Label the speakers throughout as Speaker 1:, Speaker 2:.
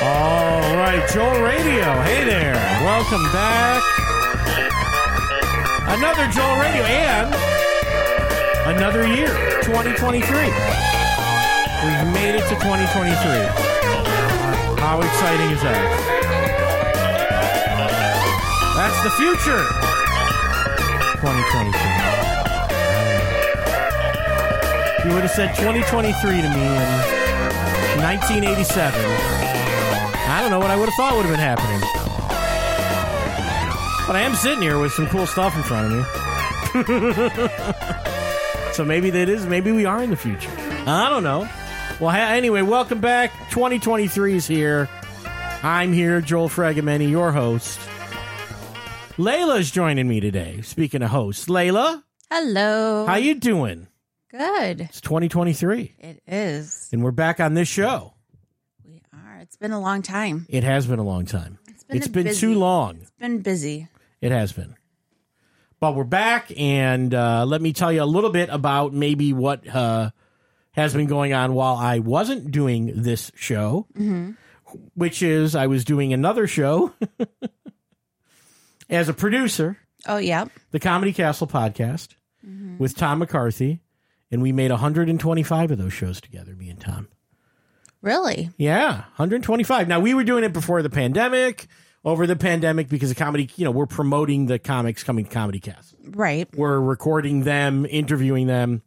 Speaker 1: All right, Joel Radio. Hey there. Welcome back. Another Joel Radio and another year, 2023. We've made it to 2023. How exciting is that? That's the future. 2023. You would have said 2023 to me in 1987. I don't know what I would have thought would have been happening. But I am sitting here with some cool stuff in front of me. so maybe that is, maybe we are in the future. I don't know. Well, ha- anyway, welcome back. 2023 is here. I'm here, Joel Fragamenti, your host. Layla's joining me today. Speaking of hosts, Layla,
Speaker 2: Hello.
Speaker 1: how you doing?
Speaker 2: Good.
Speaker 1: It's 2023,
Speaker 2: It is.
Speaker 1: and we're back on this show.
Speaker 2: We are. It's been a long time.
Speaker 1: It has been a long time. It's
Speaker 2: been a busy-
Speaker 1: too long.
Speaker 2: It's been busy.
Speaker 1: It has been. But we're back, and uh, let me tell you a little bit about maybe what uh, has been going on while I wasn't doing this show, which is I was doing another show as a producer,
Speaker 2: Oh, yep.
Speaker 1: the Comedy Castle podcast with Tom McCarthy. And we made 125 of those shows together, me and Tom.
Speaker 2: Really?
Speaker 1: Yeah, 125. Now we were doing it before the pandemic, over the pandemic because of comedy, you know, we're promoting the comics coming to Comedy Castle.
Speaker 2: Right.
Speaker 1: We're recording them, interviewing them,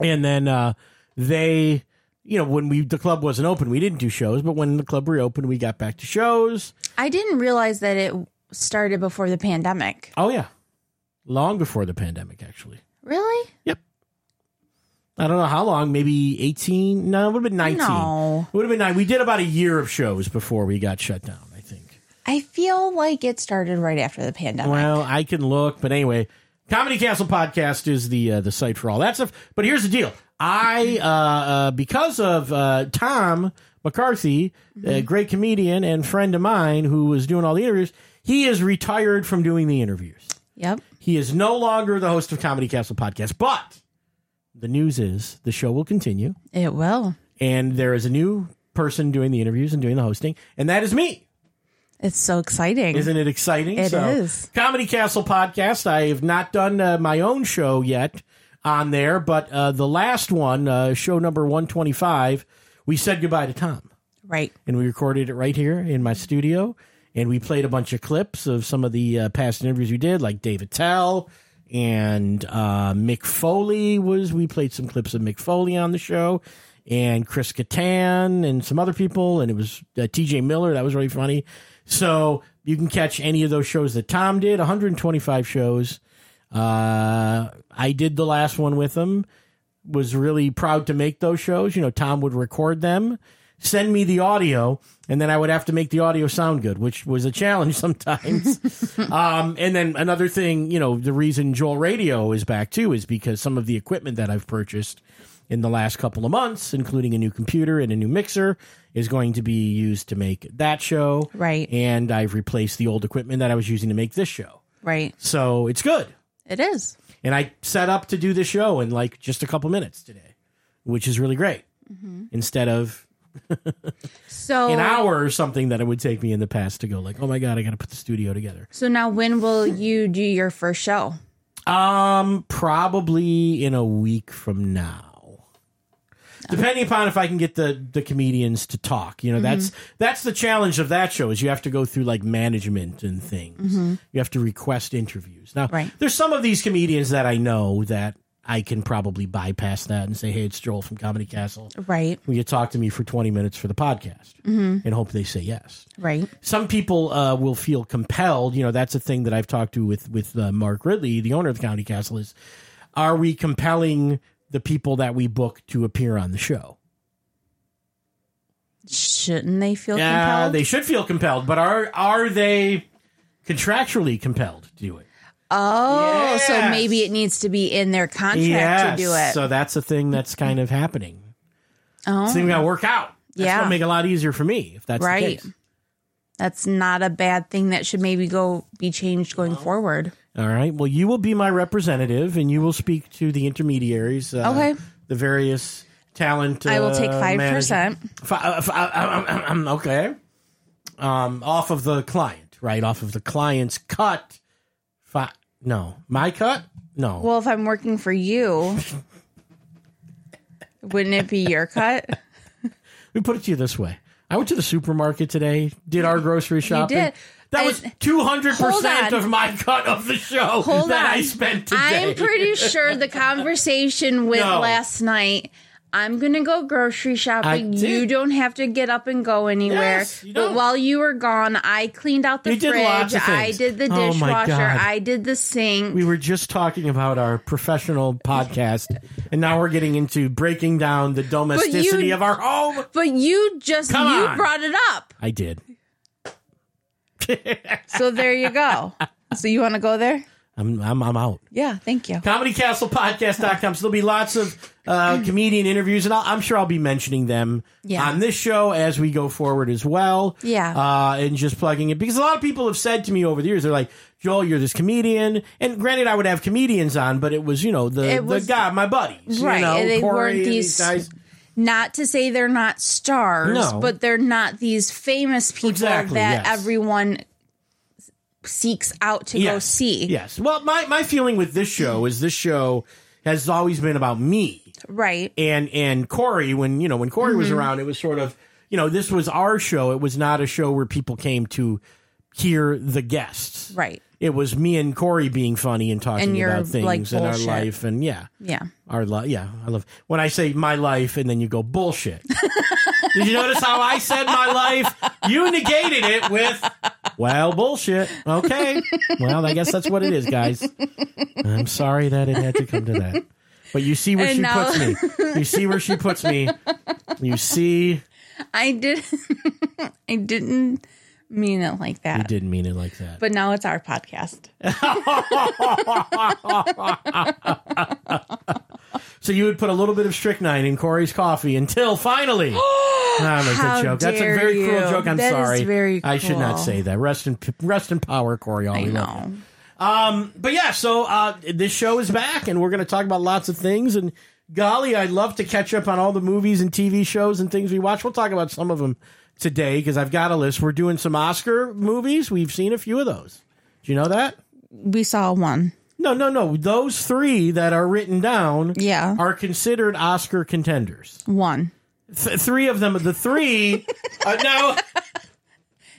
Speaker 1: and then uh they you know, when we the club wasn't open, we didn't do shows, but when the club reopened, we got back to shows.
Speaker 2: I didn't realize that it started before the pandemic.
Speaker 1: Oh yeah. Long before the pandemic actually.
Speaker 2: Really?
Speaker 1: I don't know how long, maybe 18, no, it would have been 19.
Speaker 2: No.
Speaker 1: It would have been nine. We did about a year of shows before we got shut down, I think.
Speaker 2: I feel like it started right after the pandemic.
Speaker 1: Well, I can look, but anyway, Comedy Castle podcast is the uh, the site for all that stuff. But here's the deal: I uh, uh, because of uh, Tom McCarthy, a great comedian and friend of mine who was doing all the interviews, he is retired from doing the interviews.
Speaker 2: yep.
Speaker 1: He is no longer the host of Comedy Castle podcast, but the news is the show will continue,
Speaker 2: It will.
Speaker 1: and there is a new person doing the interviews and doing the hosting, and that is me.
Speaker 2: It's so exciting.
Speaker 1: Isn't it exciting?
Speaker 2: It
Speaker 1: It is.
Speaker 2: is.
Speaker 1: Comedy Castle podcast. I have not done uh, my own show yet on there, but uh, the last one, uh, show number 125, we said goodbye to Tom
Speaker 2: right.
Speaker 1: and we recorded it right here in my studio. And we played a bunch of clips of some of the uh, past interviews we did, like David Tell and uh, Mick Foley was. We played some clips of Mick Foley on the show, and Chris Kattan and some other people, and it was uh, T.J. Miller. That was really funny. So you can catch any of those shows that Tom did. 125 shows. Uh, I did the last one with him was really proud to make those shows. You know, Tom would record them, send me the audio, and then I would have to make the audio sound good, which was a challenge sometimes. um, and then another thing, you know, the reason Joel Radio is back too is because some of the equipment that I've purchased in the last couple of months, including a new computer and a new mixer, is going to be used to make that show.
Speaker 2: Right.
Speaker 1: And I've replaced the old equipment that I was using to make this show.
Speaker 2: Right.
Speaker 1: So it's good
Speaker 2: It is.
Speaker 1: and I set up to do the show in like just a couple minutes today, which is really great. Instead of
Speaker 2: So
Speaker 1: an hour or something that it would take me in the past to go like, oh my god, I got to put the studio together.
Speaker 2: So now when will you do your first show?
Speaker 1: Um, probably in a week from now, depending upon if I can get the the comedians to talk. You know, that's that's the challenge of that show is you have to go through like management and things. You have to request interviews. Now,
Speaker 2: Right.
Speaker 1: there's some of these comedians that I know that. I can probably bypass that and say, "Hey, it's Joel from Comedy Castle.
Speaker 2: Right.
Speaker 1: Will you talk to me for 20 minutes for the podcast?" And hope they say yes
Speaker 2: Right.
Speaker 1: some people uh, will feel compelled. You know, that's a thing that I've talked to with with uh, Mark Ridley, the owner of the County Castle. Is are we compelling the people that we book to appear on the show?
Speaker 2: Shouldn't they feel
Speaker 1: Yeah,
Speaker 2: compelled?
Speaker 1: they should feel compelled, but are are they contractually compelled to do it?
Speaker 2: Oh, so
Speaker 1: Yes.
Speaker 2: maybe it needs to be in their contract to do it.
Speaker 1: So that's a thing that's kind of happening.
Speaker 2: oh,
Speaker 1: It's going to work out. That's
Speaker 2: Yeah.
Speaker 1: going to make it a lot easier for me if that's
Speaker 2: Right.
Speaker 1: the case.
Speaker 2: That's not a bad thing that should maybe go be changed going forward.
Speaker 1: All right. Well, you will be my representative, and you will speak to the intermediaries. Uh,
Speaker 2: Okay.
Speaker 1: The various talent.
Speaker 2: I will take
Speaker 1: uh,
Speaker 2: 5%.
Speaker 1: manage- Fi- uh, fi- uh, um, um, um, okay. Um, off of the client, right? Off of the client's cut. Fi- no, my cut. No.
Speaker 2: Well, if I'm working for you, wouldn't it be your cut?
Speaker 1: Let me put it to you this way. I went to the supermarket today, did our grocery shopping.
Speaker 2: did.
Speaker 1: That
Speaker 2: I-
Speaker 1: was two hundred percent
Speaker 2: Hold on.
Speaker 1: of my cut of the show
Speaker 2: Hold
Speaker 1: that
Speaker 2: on.
Speaker 1: I spent today.
Speaker 2: I'm pretty sure the conversation with
Speaker 1: No.
Speaker 2: last night. I'm gonna go grocery shopping.
Speaker 1: did.
Speaker 2: You don't have to get up and go anywhere.
Speaker 1: Yes, you
Speaker 2: but
Speaker 1: don't.
Speaker 2: while you were gone, I cleaned out the
Speaker 1: You did
Speaker 2: fridge.
Speaker 1: lots of
Speaker 2: I
Speaker 1: things.
Speaker 2: did the
Speaker 1: Oh my
Speaker 2: dishwasher.
Speaker 1: God.
Speaker 2: I did the sink.
Speaker 1: we were just talking about our professional podcast, and now we're getting into breaking down the domesticity of our home.
Speaker 2: but you just
Speaker 1: Come
Speaker 2: you
Speaker 1: on.
Speaker 2: brought it up.
Speaker 1: I did.
Speaker 2: So there you go. so you want to go there?
Speaker 1: I'm I'm, I'm out.
Speaker 2: Yeah. Thank you.
Speaker 1: ComedyCastlePodcast.com. So there'll be lots of uh, comedian interviews, and I'll, I'm sure I'll be mentioning them
Speaker 2: Yeah.
Speaker 1: on this show as we go forward as well.
Speaker 2: Yeah.
Speaker 1: Uh, and just plugging it because a lot of people have said to me over the years, they're like, Joel, you're this comedian. And granted, I would have comedians on, but it was, you know, the,
Speaker 2: It was-
Speaker 1: the guy, my buddies.
Speaker 2: Right,
Speaker 1: You know,
Speaker 2: and they
Speaker 1: Corey
Speaker 2: weren't
Speaker 1: and
Speaker 2: these-
Speaker 1: guys.
Speaker 2: not to say they're not stars,
Speaker 1: No.
Speaker 2: but they're not these famous people
Speaker 1: Exactly,
Speaker 2: that
Speaker 1: yes.
Speaker 2: everyone seeks out to go see.
Speaker 1: Yes. Well, my, my feeling with this show is this show has always been about me.
Speaker 2: Right.
Speaker 1: and and Corey when you know when Corey
Speaker 2: Mm-hmm.
Speaker 1: was around, it was sort of you know this was our show. It was not a show where people came to hear the guests.
Speaker 2: Right.
Speaker 1: It was me and Corey being funny and talking
Speaker 2: And your,
Speaker 1: about things
Speaker 2: like,
Speaker 1: in our
Speaker 2: bullshit.
Speaker 1: life and yeah.
Speaker 2: Yeah.
Speaker 1: Our life, yeah, I love when I say my life, and then you go bullshit. Did you notice how I said my life? You negated it with, well, bullshit. Okay, well, I guess that's what it is, guys. I'm sorry that it had to come to that, but you see where
Speaker 2: And
Speaker 1: she
Speaker 2: now-
Speaker 1: puts me. You see where she puts me. You see,
Speaker 2: I did I didn't mean it like
Speaker 1: I
Speaker 2: that.
Speaker 1: didn't mean it like that.
Speaker 2: But now it's our podcast.
Speaker 1: So you would put a little bit of strychnine in Corey's coffee until finally. Nah, that's
Speaker 2: How
Speaker 1: a joke. That's a
Speaker 2: dare
Speaker 1: very
Speaker 2: you.
Speaker 1: cruel joke. I'm
Speaker 2: That is
Speaker 1: sorry.
Speaker 2: very
Speaker 1: I should not
Speaker 2: cruel.
Speaker 1: say that. Rest in rest in power, Corey. All
Speaker 2: I
Speaker 1: we love you.
Speaker 2: know.
Speaker 1: But yeah, so uh, this show is back, and we're going to talk about lots of things. And golly, I'd love to catch up on all the movies and TV shows and things we watch. We'll talk about some of them today because I've got a list. We're doing some Oscar movies. We've seen a few of those. Do you know that?
Speaker 2: We saw one.
Speaker 1: No, no, no. Those three that are written down
Speaker 2: Yeah.
Speaker 1: are considered Oscar contenders.
Speaker 2: One.
Speaker 1: Th- three of them, the three. Uh, now,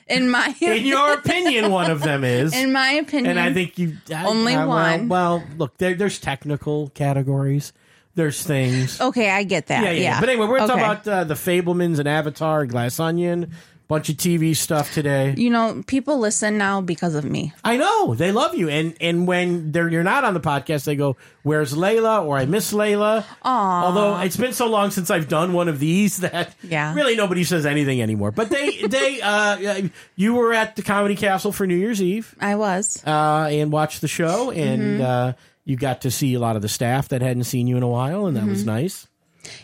Speaker 2: In my
Speaker 1: in your opinion, one of them is.
Speaker 2: in my opinion
Speaker 1: and I think you I-
Speaker 2: Only
Speaker 1: I- well-
Speaker 2: one.
Speaker 1: Well, look, there, there's technical categories. There's things.
Speaker 2: Okay, I get that. Oh, Yeah.
Speaker 1: yeah, yeah, yeah. But anyway, we're going to
Speaker 2: Okay.
Speaker 1: talk about uh, the Fablemans and Avatar, and Glass Onion, bunch of TV stuff today.
Speaker 2: you know, people listen now because of me.
Speaker 1: I know they love you, and and when they're you're not on the podcast, they go, "Where's Layla?" or "I miss Layla." Although it's been so long since I've done one of these that
Speaker 2: Yeah.
Speaker 1: really nobody says anything anymore. But they they uh, you were at the Comedy Castle for New Year's Eve.
Speaker 2: I was.
Speaker 1: uh, and watch the show,
Speaker 2: Mm-hmm.
Speaker 1: and uh, you got to see a lot of the staff that hadn't seen you in a while, and that was
Speaker 2: Mm-hmm.
Speaker 1: nice.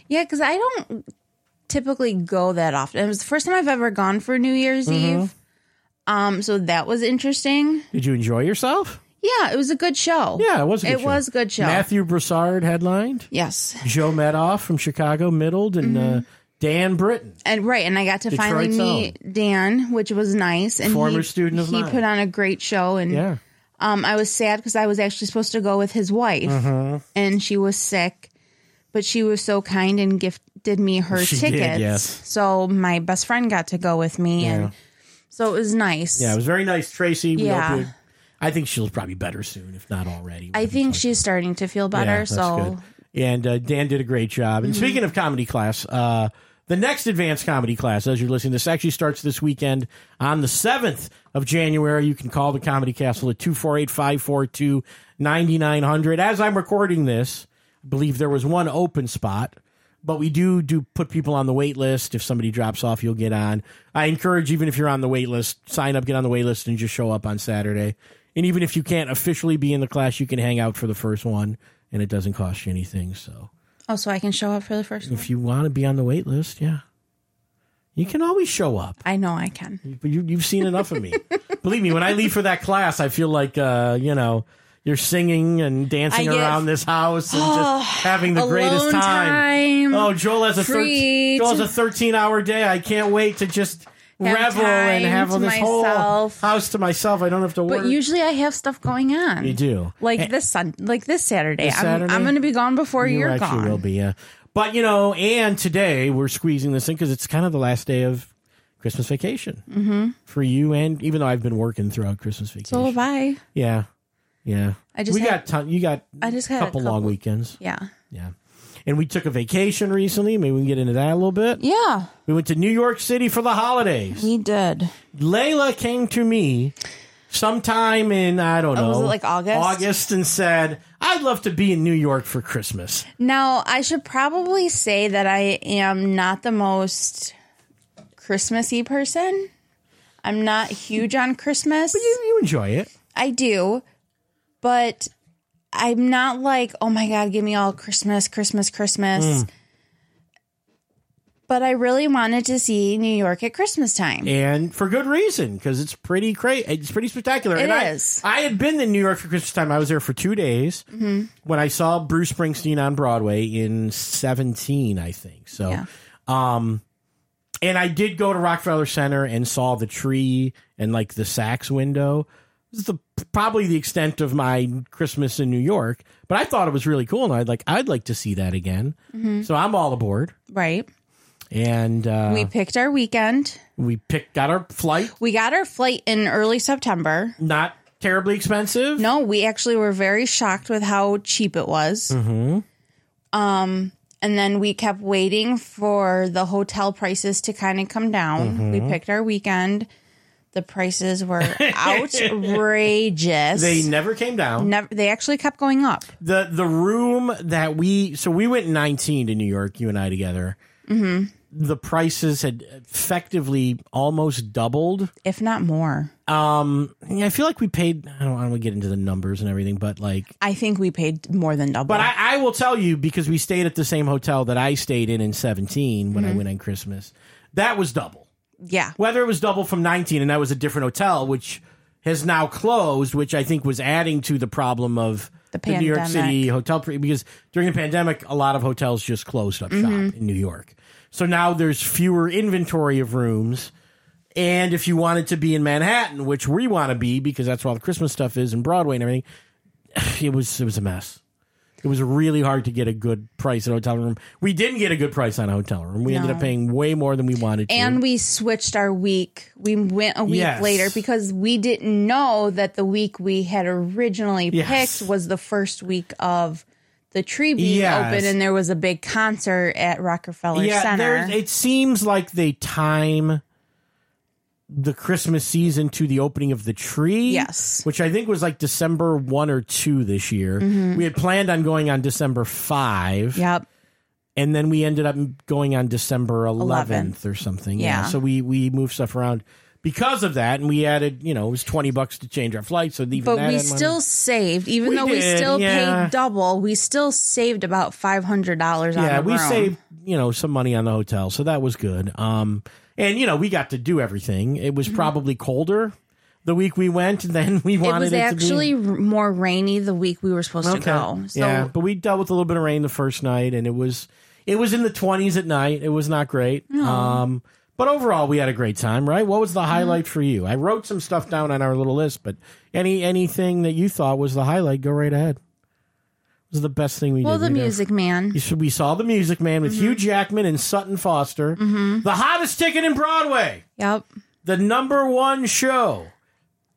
Speaker 2: Yeah, because I don't typically go that often. It was the first time I've ever gone for New Year's
Speaker 1: Mm-hmm.
Speaker 2: Eve. Um, so that was interesting.
Speaker 1: Did you enjoy yourself?
Speaker 2: Yeah, it was a good show.
Speaker 1: Yeah, it was. A good
Speaker 2: It
Speaker 1: show.
Speaker 2: was a good show.
Speaker 1: Matthew Broussard headlined.
Speaker 2: Yes,
Speaker 1: Joe Madoff from Chicago middled, and
Speaker 2: Mm-hmm.
Speaker 1: uh, Dan Britton.
Speaker 2: and right, and I got to finally
Speaker 1: Detroit's
Speaker 2: meet Dan, which was nice. And
Speaker 1: Former
Speaker 2: he,
Speaker 1: student of
Speaker 2: he
Speaker 1: mine.
Speaker 2: put on a great show, and
Speaker 1: Yeah,
Speaker 2: um, I was sad because I was actually supposed to go with his wife,
Speaker 1: Mm-hmm.
Speaker 2: and she was sick, but she was so kind and gifted me her
Speaker 1: She did,
Speaker 2: tickets.
Speaker 1: yes.
Speaker 2: So my best friend got to go with me, and so it was nice.
Speaker 1: yeah, it was very nice, Tracy. We
Speaker 2: Yeah.
Speaker 1: hope you- I think she'll probably be better soon, if not already.
Speaker 2: I think she's starting to feel better.
Speaker 1: Yeah, that's
Speaker 2: so Mm-hmm.
Speaker 1: good. And uh, Dan did a great job. And speaking of comedy class, uh, the next advanced comedy class, as you're listening, this actually starts this weekend on the 7th of January. You can call the Comedy Castle at 248 542 9900. As I'm recording this, I believe there was one open spot, but we do do put people on the wait list. If somebody drops off, you'll get on. I encourage, even if you're on the wait list, sign up, get on the wait list, and just show up on Saturday. And even if you can't officially be in the class, you can hang out for the first one, and it doesn't cost you anything. So
Speaker 2: oh, so I can show up for the first one.
Speaker 1: if you want to be on the wait list, yeah, You can always show up.
Speaker 2: I know I can.
Speaker 1: But you, you've seen enough of me. Believe me, when I leave for that class, I feel like uh, you know you're singing and dancing
Speaker 2: I get-
Speaker 1: around this house and just having the greatest
Speaker 2: alone
Speaker 1: time.
Speaker 2: time,
Speaker 1: Oh, Joel has a thirteen.
Speaker 2: free
Speaker 1: Joel has
Speaker 2: to-
Speaker 1: a thirteen-hour day. I can't wait to just
Speaker 2: Have
Speaker 1: revel and
Speaker 2: time
Speaker 1: have
Speaker 2: to
Speaker 1: this whole
Speaker 2: myself.
Speaker 1: house to myself. I don't have to work.
Speaker 2: But usually I have stuff going on.
Speaker 1: You do.
Speaker 2: Like
Speaker 1: And-
Speaker 2: this sun like this Saturday.
Speaker 1: This Saturday?
Speaker 2: I'm I'm gonna be gone before
Speaker 1: You
Speaker 2: you are
Speaker 1: actually
Speaker 2: gone.
Speaker 1: will be, yeah. But you know, and today we're squeezing this in because it's kind of the last day of Christmas vacation mm-hmm. for you, and even though I've been working throughout Christmas vacation,
Speaker 2: So have I.
Speaker 1: yeah, yeah.
Speaker 2: I just
Speaker 1: we
Speaker 2: had-
Speaker 1: got ton- you got
Speaker 2: I just had a
Speaker 1: couple long
Speaker 2: couple-
Speaker 1: weekends,
Speaker 2: Yeah.
Speaker 1: yeah. And we took a vacation recently. Maybe we can get into that a little bit.
Speaker 2: Yeah.
Speaker 1: We went to New York City for the holidays.
Speaker 2: We did.
Speaker 1: Layla came to me sometime in I don't know,
Speaker 2: Oh, was it like August?
Speaker 1: August, and said, "I'd love to be in New York for Christmas."
Speaker 2: Now I should probably say that I am not the most Christmassy person. I'm not huge on Christmas.
Speaker 1: You, you enjoy it.
Speaker 2: I do, but I'm not like, oh my God, give me all Christmas, Christmas, Christmas.
Speaker 1: Mm.
Speaker 2: But I really wanted to see New York at Christmas time.
Speaker 1: and for good reason because it's pretty crazy. It's pretty spectacular.
Speaker 2: It
Speaker 1: and I-
Speaker 2: is.
Speaker 1: I, had been to New York for Christmas time. I was there for two days
Speaker 2: Mm-hmm.
Speaker 1: when I saw Bruce Springsteen on Broadway in seventeen, I think. So,
Speaker 2: Yeah.
Speaker 1: um, and I did go to Rockefeller Center and saw the tree and like the Saks window. This is the probably the extent of my Christmas in New York, but I thought it was really cool, and I'd like I'd like to see that again.
Speaker 2: Mm-hmm.
Speaker 1: So I'm all aboard,
Speaker 2: Right.
Speaker 1: and uh,
Speaker 2: we picked our weekend.
Speaker 1: we picked got our flight.
Speaker 2: We got our flight in early September.
Speaker 1: not terribly expensive.
Speaker 2: No, we actually were very shocked with how cheap it was. Mm-hmm. Um, and then we kept waiting for the hotel prices to kind of come down. We
Speaker 1: Mm-hmm.
Speaker 2: picked our weekend. The prices were outrageous.
Speaker 1: They never came down.
Speaker 2: never they actually kept going up.
Speaker 1: The the room that we so we went 19 to New York, you and I together. Mm-hmm. The prices had effectively almost doubled.
Speaker 2: If not more.
Speaker 1: Um, I feel like we paid. I don't, I don't want to get into the numbers and everything, but like,
Speaker 2: I think we paid more than double.
Speaker 1: but I, I will tell you because we stayed at the same hotel that I stayed in in 17 when I went on Christmas. That was double.
Speaker 2: yeah.
Speaker 1: whether it was double from 19 and that was a different hotel which has now closed which i think was adding to the problem of the,
Speaker 2: The
Speaker 1: new york city
Speaker 2: pandemic.
Speaker 1: hotel pre- because during the pandemic a lot of hotels just closed up
Speaker 2: Mm-hmm.
Speaker 1: shop in new york so now there's fewer inventory of rooms and if you wanted to be in manhattan which we want to be because that's where all the christmas stuff is and broadway and everything it was it was a mess it was really hard to get a good price at a hotel room. We didn't get a good price on a hotel room. We ended
Speaker 2: No.
Speaker 1: up paying way more than we wanted to.
Speaker 2: And we switched our week. We went a week
Speaker 1: Yes.
Speaker 2: later because we didn't know that the week we had originally
Speaker 1: Yes.
Speaker 2: picked was the first week of the tree being
Speaker 1: Yes.
Speaker 2: open, and there was a big concert at Rockefeller Center.
Speaker 1: there's- it seems like they time the Christmas season to the opening of the tree.
Speaker 2: Yes.
Speaker 1: Which I think was like December 1 or 2 this year.
Speaker 2: Mm-hmm.
Speaker 1: We had planned on going on December 5,
Speaker 2: yep.
Speaker 1: and then we ended up going on December 11th,
Speaker 2: 11th.
Speaker 1: or something.
Speaker 2: Yeah.
Speaker 1: So we, we moved stuff around because of that, and we added, you know, it was 20 bucks to change our flight. So even that
Speaker 2: But we
Speaker 1: had
Speaker 2: still
Speaker 1: money.
Speaker 2: saved, even
Speaker 1: We
Speaker 2: though we
Speaker 1: did,
Speaker 2: still
Speaker 1: yeah.
Speaker 2: paid double. We still saved about five hundred dollars.
Speaker 1: Yeah,
Speaker 2: on the
Speaker 1: we
Speaker 2: room.
Speaker 1: saved, you know, some money on the hotel, so that was good. Um, and you know, we got to do everything. It was probably colder the week we went than we
Speaker 2: Mm-hmm. It
Speaker 1: wanted
Speaker 2: was
Speaker 1: it,
Speaker 2: actually
Speaker 1: to
Speaker 2: r- more rainy the week we were supposed
Speaker 1: be.
Speaker 2: to go. So
Speaker 1: yeah, but we dealt with a little bit of rain the first night, and it was it was in the twenties at night. It was not great. Um, but overall, we had a great time, right? What
Speaker 2: Mm-hmm.
Speaker 1: was the highlight for you? I wrote some stuff down on our little list, but any anything that you thought was the highlight, go right ahead. It was the best thing we did.
Speaker 2: well, the
Speaker 1: We never-
Speaker 2: Music Man.
Speaker 1: so we saw the Music Man with
Speaker 2: Mm-hmm.
Speaker 1: Hugh Jackman and Sutton Foster, the hottest ticket in Broadway,
Speaker 2: Yep.
Speaker 1: the number one show,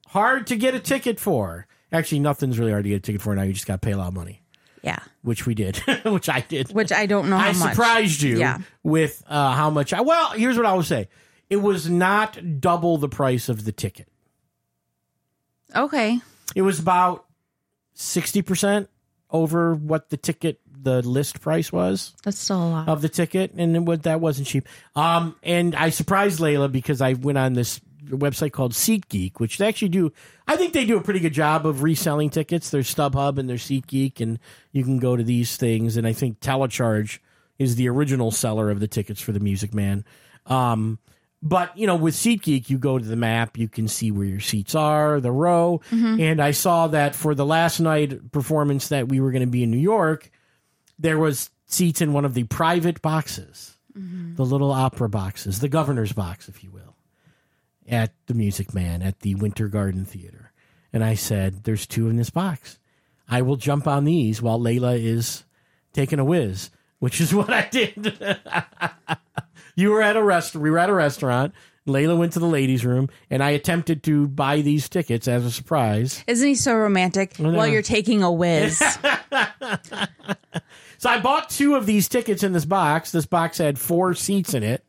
Speaker 1: hard to get a ticket for. Actually, nothing's really hard to get a ticket for now. You just got to pay a lot of money,
Speaker 2: Yeah.
Speaker 1: which we did, which I did.
Speaker 2: Which I don't know how
Speaker 1: I
Speaker 2: much.
Speaker 1: surprised you
Speaker 2: Yeah.
Speaker 1: with uh, how much. I, well, here's what I would say: it was not double the price of the ticket.
Speaker 2: Okay.
Speaker 1: It was about sixty percent over what the ticket, the list price was.
Speaker 2: That's still a lot.
Speaker 1: of the ticket, and it was, that wasn't cheap. Um, and I surprised Layla because I went on this website called SeatGeek, which they actually do. I think they do a pretty good job of reselling tickets. There's StubHub and there's SeatGeek, and you can go to these things. And I think Telecharge is the original seller of the tickets for the Music Man. Um, but you know, with SeatGeek, you go to the map, you can see where your seats are, the row. And I saw that for the last night performance that we were going to be in New York, there was seats in one of the private boxes, the little opera boxes, the governor's box, if you will, at the Music Man at the Winter Garden Theater. And I said, "There's two in this box. I will jump on these while Layla is taking a whiz," which is what I did. you were at a restaurant. We were at a restaurant. Layla went to the ladies' room, and I attempted to buy these tickets as a surprise.
Speaker 2: Isn't he so romantic? While you're taking a whiz.
Speaker 1: So I bought two of these tickets in this box. This box had four seats in it,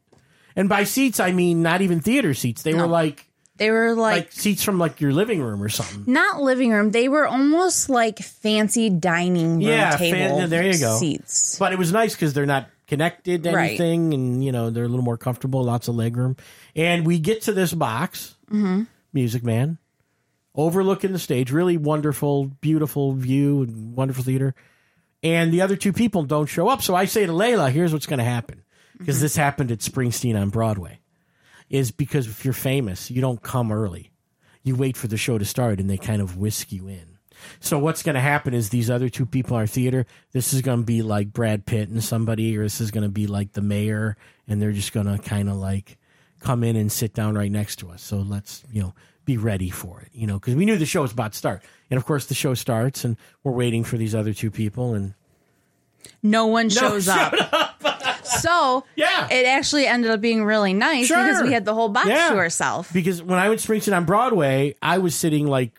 Speaker 1: and by seats I mean not even theater seats. They were like
Speaker 2: they were
Speaker 1: like seats from like your living room or something.
Speaker 2: not living room. They were almost like fancy dining room
Speaker 1: Yeah, fan-
Speaker 2: table.
Speaker 1: yeah, there you go.
Speaker 2: Seats.
Speaker 1: But it was nice because they're not connected to
Speaker 2: Right.
Speaker 1: anything, and you know they're a little more comfortable. Lots of legroom, and we get to this box. Mm-hmm. Music man, overlooking the stage, really wonderful, beautiful view, and wonderful theater. And the other two people don't show up, so I say to Layla, "Here's what's going to happen," because this happened at Springsteen on Broadway. Is because if you're famous, you don't come early. You wait for the show to start and they kind of whisk you in. So what's going to happen is these other two people in our theater, this is going to be like Brad Pitt and somebody, or this is going to be like the mayor, and they're just going to kind of like come in and sit down right next to us. So let's, you know, be ready for it, you know, because we knew the show was about to start. And of course, the show starts and we're waiting for these other two people. And
Speaker 2: No one shows up. so
Speaker 1: Yeah.
Speaker 2: it actually ended up being really nice
Speaker 1: Sure.
Speaker 2: because we had the whole box
Speaker 1: Yeah.
Speaker 2: to ourselves.
Speaker 1: because when I went to Springsteen on Broadway, I was sitting like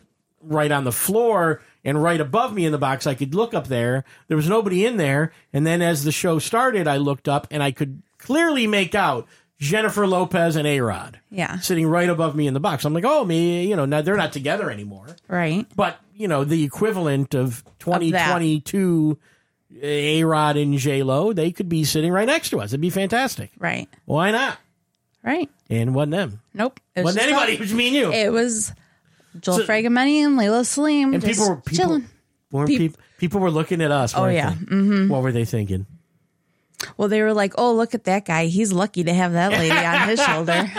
Speaker 1: right on the floor and right above me in the box. I could look up there. There was nobody in there. And then as the show started, I looked up and I could clearly make out Jennifer Lopez and A Rod.
Speaker 2: Yeah.
Speaker 1: Sitting right above me in the box. I'm like, oh, me, you know, now they're not together anymore.
Speaker 2: Right.
Speaker 1: But, you know, the equivalent of 2022 A Rod and J Lo, they could be sitting right next to us. It'd be fantastic.
Speaker 2: Right.
Speaker 1: Why not?
Speaker 2: Right.
Speaker 1: And wasn't them.
Speaker 2: Nope. It
Speaker 1: Wasn't
Speaker 2: just
Speaker 1: anybody. It was me and you.
Speaker 2: us. It was Joel Fragamendi and Layla Salim.
Speaker 1: And people were people
Speaker 2: chilling.
Speaker 1: weren't
Speaker 2: Peop- Oh,
Speaker 1: peop- people were looking at us. weren't
Speaker 2: yeah. Mm-hmm.
Speaker 1: they? What were they thinking?
Speaker 2: Well, they were like, "Oh, look at that guy. He's lucky to have that lady on his shoulder."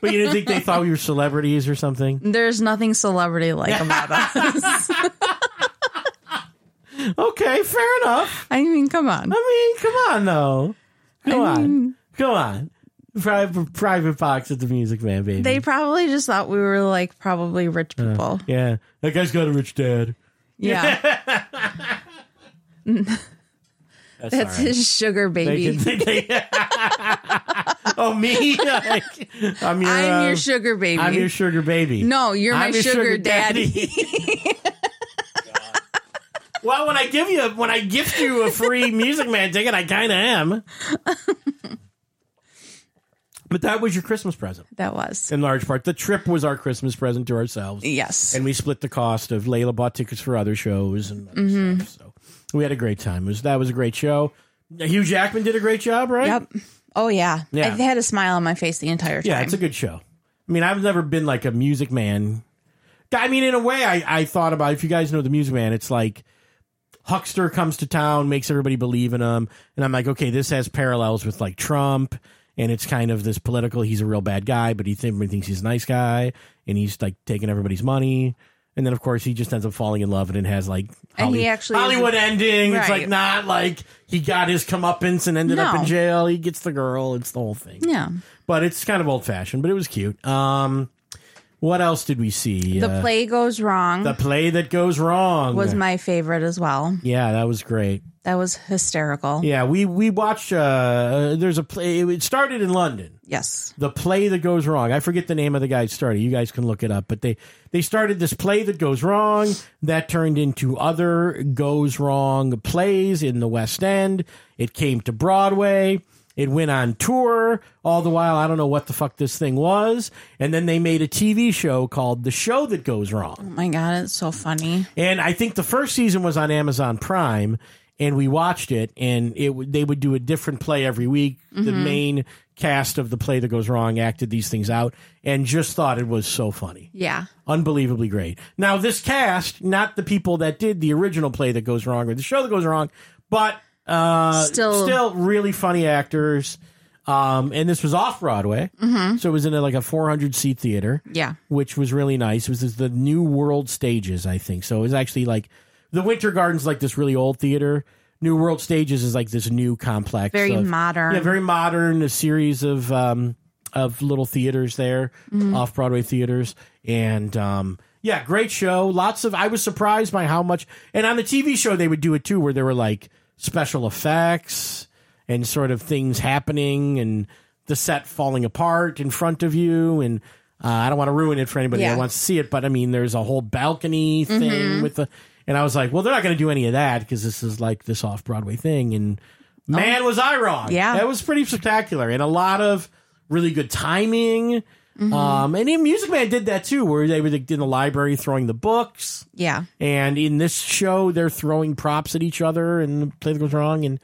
Speaker 1: But you didn't think they thought we were celebrities or something?
Speaker 2: There's nothing celebrity like about us.
Speaker 1: Okay, fair enough.
Speaker 2: I mean, come on.
Speaker 1: I mean, come on though. Come
Speaker 2: I
Speaker 1: on, come on. Private private box at the Music Man, baby.
Speaker 2: They probably just thought we were like probably rich people.
Speaker 1: yeah, that guy's got a rich dad.
Speaker 2: yeah.
Speaker 1: That's,
Speaker 2: That's
Speaker 1: all right.
Speaker 2: his sugar
Speaker 1: They
Speaker 2: baby.
Speaker 1: can- they- they- oh me! Like, I'm your
Speaker 2: I'm
Speaker 1: uh,
Speaker 2: your sugar baby.
Speaker 1: I'm your sugar baby.
Speaker 2: No, you're my
Speaker 1: I'm your
Speaker 2: sugar daddy. that was.
Speaker 1: in large part. The trip was our Christmas present to ourselves,
Speaker 2: Yes.
Speaker 1: and we split the cost of Layla bought tickets for other shows and other
Speaker 2: Mm-hmm.
Speaker 1: stuff. So we had a great time. It was that was a great show. Hugh Jackman did a great job, right?
Speaker 2: Yep. Oh yeah.
Speaker 1: Yeah.
Speaker 2: I had a smile on my face the entire time.
Speaker 1: Yeah, it's a good show. I mean, I've never been like a Music Man. I mean, in a way, I, I thought about if you guys know the Music Man, it's like Huckster comes to town, makes everybody believe in him, and I'm like, okay, this has parallels with like Trump, and it's kind of this political. He's a real bad guy, but he th- everybody thinks he's a nice guy, and he's like taking everybody's money. And then, of course, he just ends up falling in love, and it has like
Speaker 2: And he
Speaker 1: Holly-
Speaker 2: actually is-
Speaker 1: Hollywood ending. It's like
Speaker 2: Right.
Speaker 1: not like he got his comeuppance and ended up
Speaker 2: No.
Speaker 1: in jail. He gets the girl. It's the whole thing
Speaker 2: yeah.
Speaker 1: but it's kind of old fashioned, but it was cute. Um, what else did we see?
Speaker 2: The
Speaker 1: Uh,
Speaker 2: play goes wrong
Speaker 1: the play that goes wrong
Speaker 2: was my favorite as well.
Speaker 1: yeah, that was great.
Speaker 2: That was hysterical.
Speaker 1: Yeah, we we watched. Uh, there's a play. It started in London.
Speaker 2: Yes.
Speaker 1: The play that goes wrong. I forget the name of the guy that started. You guys can look it up. But they they started this play that goes wrong. That turned into other goes wrong plays in the West End. It came to Broadway. It went on tour. All the while, I don't know what the fuck this thing was. And then they made a TV show called The Show That Goes Wrong.
Speaker 2: Oh my god, it's so funny.
Speaker 1: And I think the first season was on Amazon Prime, and we watched it. And it would- they would do a different play every week. The
Speaker 2: Mm-hmm.
Speaker 1: main cast of the play that goes wrong acted these things out, and just thought it was so funny,
Speaker 2: Yeah.
Speaker 1: unbelievably great. Now this cast, not the people that did the original play that goes wrong or the show that goes wrong, but uh,
Speaker 2: Still-
Speaker 1: still really funny actors. Um, and this was off Broadway, so it was in a, like a 400 seat theater,
Speaker 2: Mm-hmm. Yeah.
Speaker 1: which was really nice. It was this- the New World Stages, I think. So it was actually like the Winter Gardens, like this really old theater. New World Stages is like this new complex,
Speaker 2: Very
Speaker 1: of-
Speaker 2: modern.
Speaker 1: yeah, very modern. A series of um, of little theaters there,
Speaker 2: Mm-hmm.
Speaker 1: off Broadway theaters, and um, yeah, great show. Lots of I was surprised by how much, and on the TV show they would do it too, where there were like special effects and sort of things happening and the set falling apart in front of you and. Uh, I don't want to ruin it for anybody
Speaker 2: Yeah. Mm-hmm.
Speaker 1: that wants to see it, but I mean, there's a whole balcony thing with the, and I was like, well, they're not going to do any of that because this is like this off Broadway thing, and
Speaker 2: Oh.
Speaker 1: man, was I wrong!
Speaker 2: Yeah.
Speaker 1: That was pretty spectacular and a lot of really good timing.
Speaker 2: Mm-hmm.
Speaker 1: Um, and even Music Man did that too, where they were like, in the library throwing the books.
Speaker 2: yeah.
Speaker 1: And in this show, they're throwing props at each other and play that goes wrong and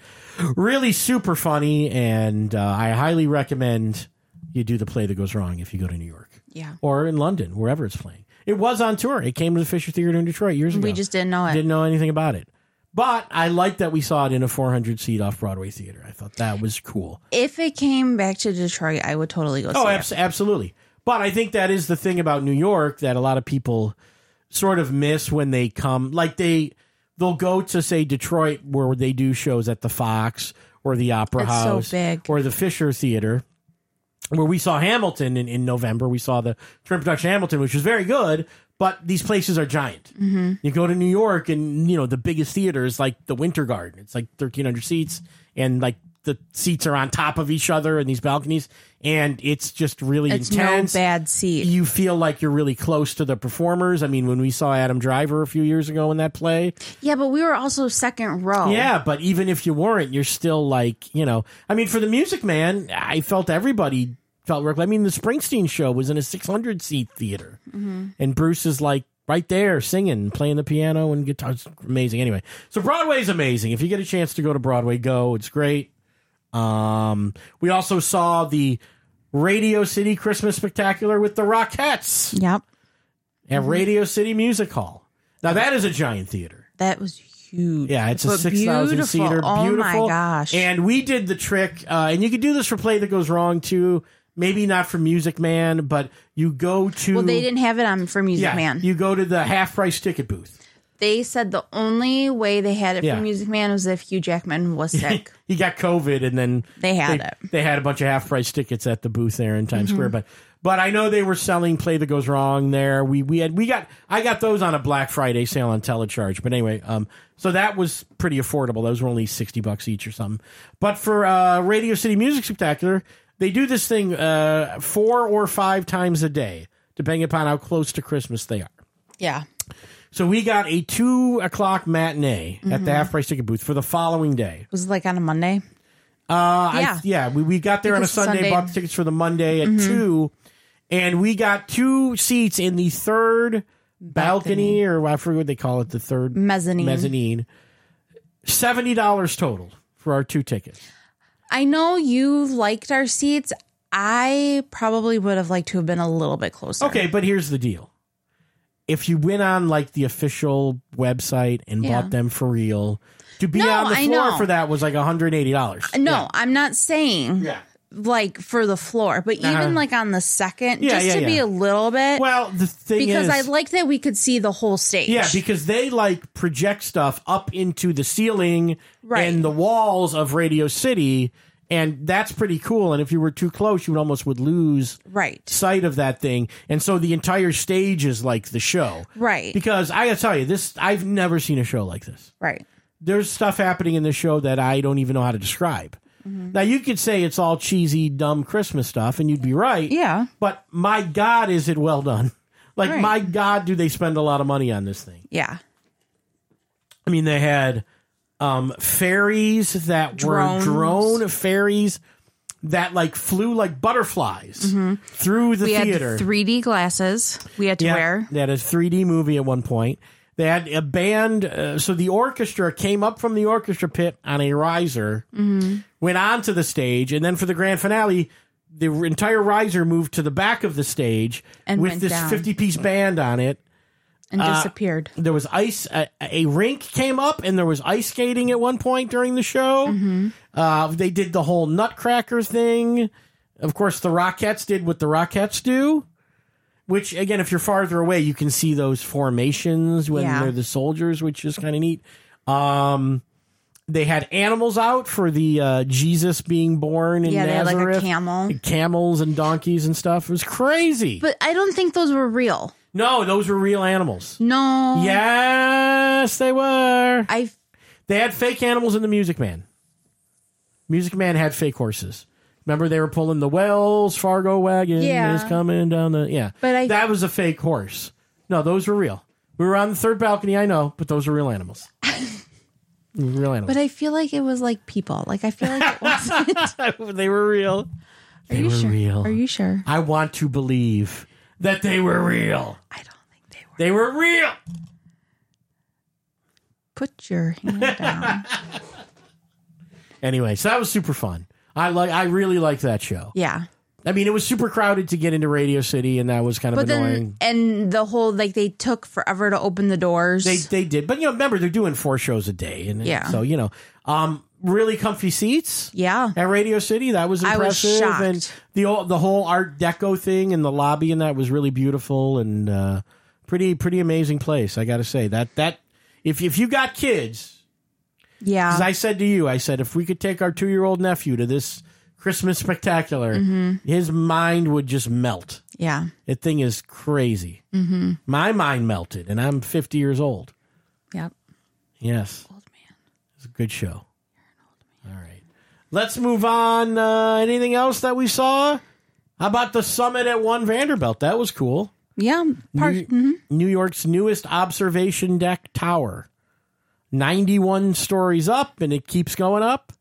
Speaker 1: really super funny. And uh, I highly recommend you do the play that goes wrong if you go to New York
Speaker 2: Yeah.
Speaker 1: or in London, wherever it's playing. It was on tour. It came to the Fisher Theater in Detroit years ago.
Speaker 2: We just didn't know it.
Speaker 1: didn't know anything about it. But I like that we saw it in a 400 seat off Broadway theater. I thought that was cool.
Speaker 2: If it came back to Detroit, I would totally go see
Speaker 1: Oh,
Speaker 2: it.
Speaker 1: abs- absolutely. But I think that is the thing about New York that a lot of people sort of miss when they come. Like they they'll go to say Detroit where they do shows at the Fox or the Opera
Speaker 2: It's so
Speaker 1: House
Speaker 2: big.
Speaker 1: or the Fisher Theater. Where we saw Hamilton in, in November, we saw the Turn Production Hamilton, which was very good. But these places are giant. Mm-hmm. You go to New York, and you know the biggest theater is like the Winter Garden. It's like thirteen hundred seats, and like the seats are on top of each other in these balconies, and it's just really
Speaker 2: It's
Speaker 1: intense.
Speaker 2: no bad seat.
Speaker 1: You feel like you're really close to the performers. I mean, when we saw Adam Driver a few years ago in that play,
Speaker 2: Yeah, but we were also second row.
Speaker 1: yeah, but even if you weren't, you're still like, you know, I mean, for the Music Man, I felt everybody felt work. I mean, the Springsteen show was in a 600 seat theater, and Bruce is like right there singing, playing the piano and guitar. It's amazing. Anyway, so Broadway's amazing. If you get a chance to go to Broadway, go. It's great. Um, we also saw the Radio City Christmas Spectacular with the Rockettes
Speaker 2: Yep.
Speaker 1: at Radio City Music Hall. Now that is a giant theater.
Speaker 2: That was huge.
Speaker 1: Yeah, it's a
Speaker 2: But
Speaker 1: six thousand
Speaker 2: beautiful.
Speaker 1: seater.
Speaker 2: Oh my
Speaker 1: Beautiful.
Speaker 2: gosh.
Speaker 1: And we did the trick, uh, and you could do this for play that goes wrong too. Maybe not for Music Man, but you go to
Speaker 2: Well, they didn't have it on for Music
Speaker 1: yeah,
Speaker 2: Man.
Speaker 1: You go to the half price ticket booth.
Speaker 2: they said the only way they had it
Speaker 1: Yeah.
Speaker 2: for Music Man was if Hugh Jackman was sick.
Speaker 1: He got COVID, and then
Speaker 2: They had
Speaker 1: they,
Speaker 2: it. Mm-hmm.
Speaker 1: They had a bunch of half price tickets at the booth there in Times Square, but but I know they were selling play that goes wrong there. We we had we got I got those on a Black Friday sale on Telecharge, but anyway, um, so that was pretty affordable. Those were only sixty bucks each or something. But for uh, Radio City Music Spectacular, they do this thing uh, four or five times a day, depending upon how close to Christmas they are.
Speaker 2: yeah.
Speaker 1: So we got a two o'clock matinee at
Speaker 2: Mm-hmm.
Speaker 1: the half price ticket booth for the following day.
Speaker 2: Was it like on a Monday?
Speaker 1: Uh, I-
Speaker 2: Yeah.
Speaker 1: yeah. We, we got there on a
Speaker 2: Because it's
Speaker 1: Sunday,
Speaker 2: Sunday. Mm-hmm.
Speaker 1: bought the tickets for the Monday at two, and we got two seats in the third balcony, or I forget what they call it, the third
Speaker 2: Mezzanine.
Speaker 1: mezzanine. Seventy dollars total for our two tickets.
Speaker 2: I know you liked our seats. I probably would have liked to have been a little bit closer.
Speaker 1: Okay, but here's the deal: if you went on like the official website and
Speaker 2: Yeah.
Speaker 1: bought them for real, to be
Speaker 2: No,
Speaker 1: on the
Speaker 2: I
Speaker 1: floor
Speaker 2: know.
Speaker 1: for that was like hundred eighty dollars.
Speaker 2: No, I'm not saying
Speaker 1: Yeah.
Speaker 2: like for the floor, but
Speaker 1: Uh-huh.
Speaker 2: even like on the second,
Speaker 1: Yeah,
Speaker 2: just
Speaker 1: yeah,
Speaker 2: to be
Speaker 1: yeah.
Speaker 2: a little bit.
Speaker 1: Well, the thing
Speaker 2: because
Speaker 1: is,
Speaker 2: I like that we could see the whole stage.
Speaker 1: Yeah, because they like project stuff up into the ceiling
Speaker 2: Right.
Speaker 1: and the walls of Radio City, and that's pretty cool. And if you were too close, you would almost would lose
Speaker 2: right.
Speaker 1: sight of that thing. And so the entire stage is like the show.
Speaker 2: Right.
Speaker 1: Because I gotta tell you, this I've never seen a show like this.
Speaker 2: right.
Speaker 1: There's stuff happening in this show that I don't even know how to describe.
Speaker 2: Mm-hmm.
Speaker 1: Now you could say it's all cheesy, dumb Christmas stuff, and you'd be right.
Speaker 2: Yeah.
Speaker 1: But my God, is it well done? Like
Speaker 2: Right.
Speaker 1: my God, do they spend a lot of money on this thing?
Speaker 2: Yeah.
Speaker 1: I mean, they had um, fairies that
Speaker 2: Drones.
Speaker 1: were drone fairies that like flew like butterflies through the
Speaker 2: We had
Speaker 1: theater.
Speaker 2: 3D glasses we had to
Speaker 1: Yeah,
Speaker 2: wear.
Speaker 1: They had a 3D movie at one point. They had a band. Uh, so the orchestra came up from the orchestra pit on a riser, went onto the stage, and then for the grand finale, the entire riser moved to the back of the stage
Speaker 2: And
Speaker 1: with
Speaker 2: went
Speaker 1: this
Speaker 2: down.
Speaker 1: 50 piece band on it
Speaker 2: and disappeared.
Speaker 1: there was ice a, a rink came up and there was ice skating at one point during the show
Speaker 2: Mm-hmm.
Speaker 1: uh, they did the whole nutcracker thing of course the rockettes did what the rockettes do which again if you're farther away you can see those formations when
Speaker 2: Yeah.
Speaker 1: they're the soldiers which is kind of neat um, they had animals out for the uh, jesus being born in
Speaker 2: Yeah, they had, like, a
Speaker 1: Nazareth.
Speaker 2: camel.
Speaker 1: camels and donkeys and stuff it was crazy
Speaker 2: But I don't think those were real.
Speaker 1: no those were real animals
Speaker 2: No.
Speaker 1: Yes, they were.
Speaker 2: I
Speaker 1: They had fake animals in the Music Man. Music Man had fake horses. Remember, they were pulling the Wells Fargo wagon
Speaker 2: Yeah.
Speaker 1: is coming down the yeah.
Speaker 2: But I-
Speaker 1: that was a fake horse. No, those were real. We were on the third balcony, I know, but those were real animals. real
Speaker 2: but
Speaker 1: animals.
Speaker 2: I feel like it was like people. Like I feel like it wasn't.
Speaker 1: they were real.
Speaker 2: Are
Speaker 1: They were
Speaker 2: sure?
Speaker 1: real.
Speaker 2: Are you sure?
Speaker 1: I want to believe that they were real.
Speaker 2: I don't think they were.
Speaker 1: They were real.
Speaker 2: Put your hand down.
Speaker 1: Anyway, so that was super fun. I like. I really liked that show.
Speaker 2: yeah.
Speaker 1: I mean, it was super crowded to get into Radio City, and that was kind of
Speaker 2: But
Speaker 1: annoying.
Speaker 2: then and the whole like they took forever to open the doors.
Speaker 1: They they did, but you know, remember they're doing four shows a day, and
Speaker 2: Yeah.
Speaker 1: so you know, um, really comfy seats
Speaker 2: yeah.
Speaker 1: at Radio City. That was
Speaker 2: I was
Speaker 1: impressive,
Speaker 2: shocked.
Speaker 1: and the all- the whole Art Deco thing and the lobby and that was really beautiful and uh, pretty pretty amazing place. I got to say that that if if you got kids,
Speaker 2: Yeah.
Speaker 1: as I said to you, I said if we could take our two year old nephew to this Christmas spectacular,
Speaker 2: Mm-hmm.
Speaker 1: his mind would just melt.
Speaker 2: yeah.
Speaker 1: That thing is crazy. Mm-hmm. My mind melted, and I'm 50 years old.
Speaker 2: Yep.
Speaker 1: Yes,
Speaker 2: Old man.
Speaker 1: it's a good show. All right, let's move on. Uh, anything else that we saw? How about the summit at One Vanderbilt? That was cool.
Speaker 2: Yeah. Part,
Speaker 1: New, New York's newest observation deck tower, 91 stories up, and it keeps going up.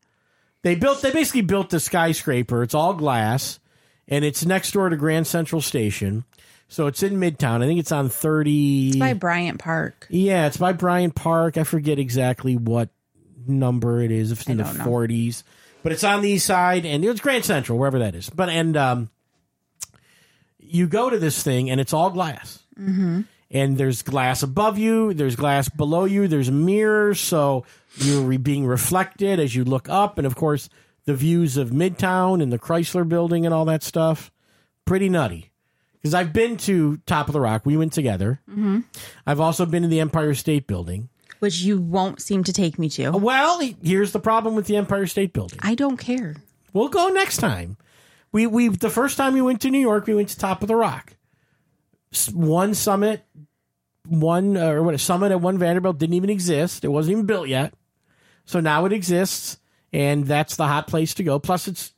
Speaker 1: They built. They basically built the skyscraper. It's all glass, and it's next door to Grand Central Station. So it's in Midtown. I think it's on 30.
Speaker 2: by Bryant Park.
Speaker 1: Yeah, it's by Bryant Park. I forget exactly what number it is. If it's in the
Speaker 2: don't know.
Speaker 1: forties, but it's on the east side, and it's Grand Central, wherever that is. But and um, you go to this thing, and it's all glass. Mm-hmm. And there's glass above you. There's glass below you. There's mirrors, so you're re- being reflected as you look up, and of course the views of Midtown and the Chrysler Building and all that stuff. Pretty nutty. Because I've been to Top of the Rock. We went together. I've also been to the Empire State Building.
Speaker 2: Which you won't seem to take me to.
Speaker 1: Well, here's the problem with the Empire State Building.
Speaker 2: I don't care.
Speaker 1: We'll go next time. We we the first time we went to New York, we went to Top of the Rock. S- One summit, one uh, or what a summit at one Vanderbilt didn't even exist. It wasn't even built yet, so now it exists, and that's the hot place to go. Plus, it's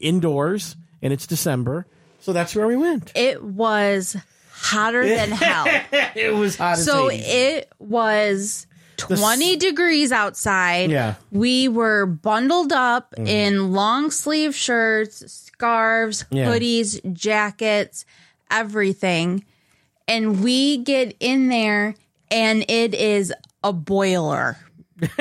Speaker 1: indoors and it's December, so that's where we went.
Speaker 2: It was hotter than hell.
Speaker 1: It was hot. as
Speaker 2: So
Speaker 1: Hades.
Speaker 2: it was 20 degrees outside.
Speaker 1: Yeah. Mm-hmm.
Speaker 2: We were bundled up in long sleeve shirts, scarves,
Speaker 1: Yeah.
Speaker 2: hoodies, jackets, everything. And we get in there and it is a boiler. we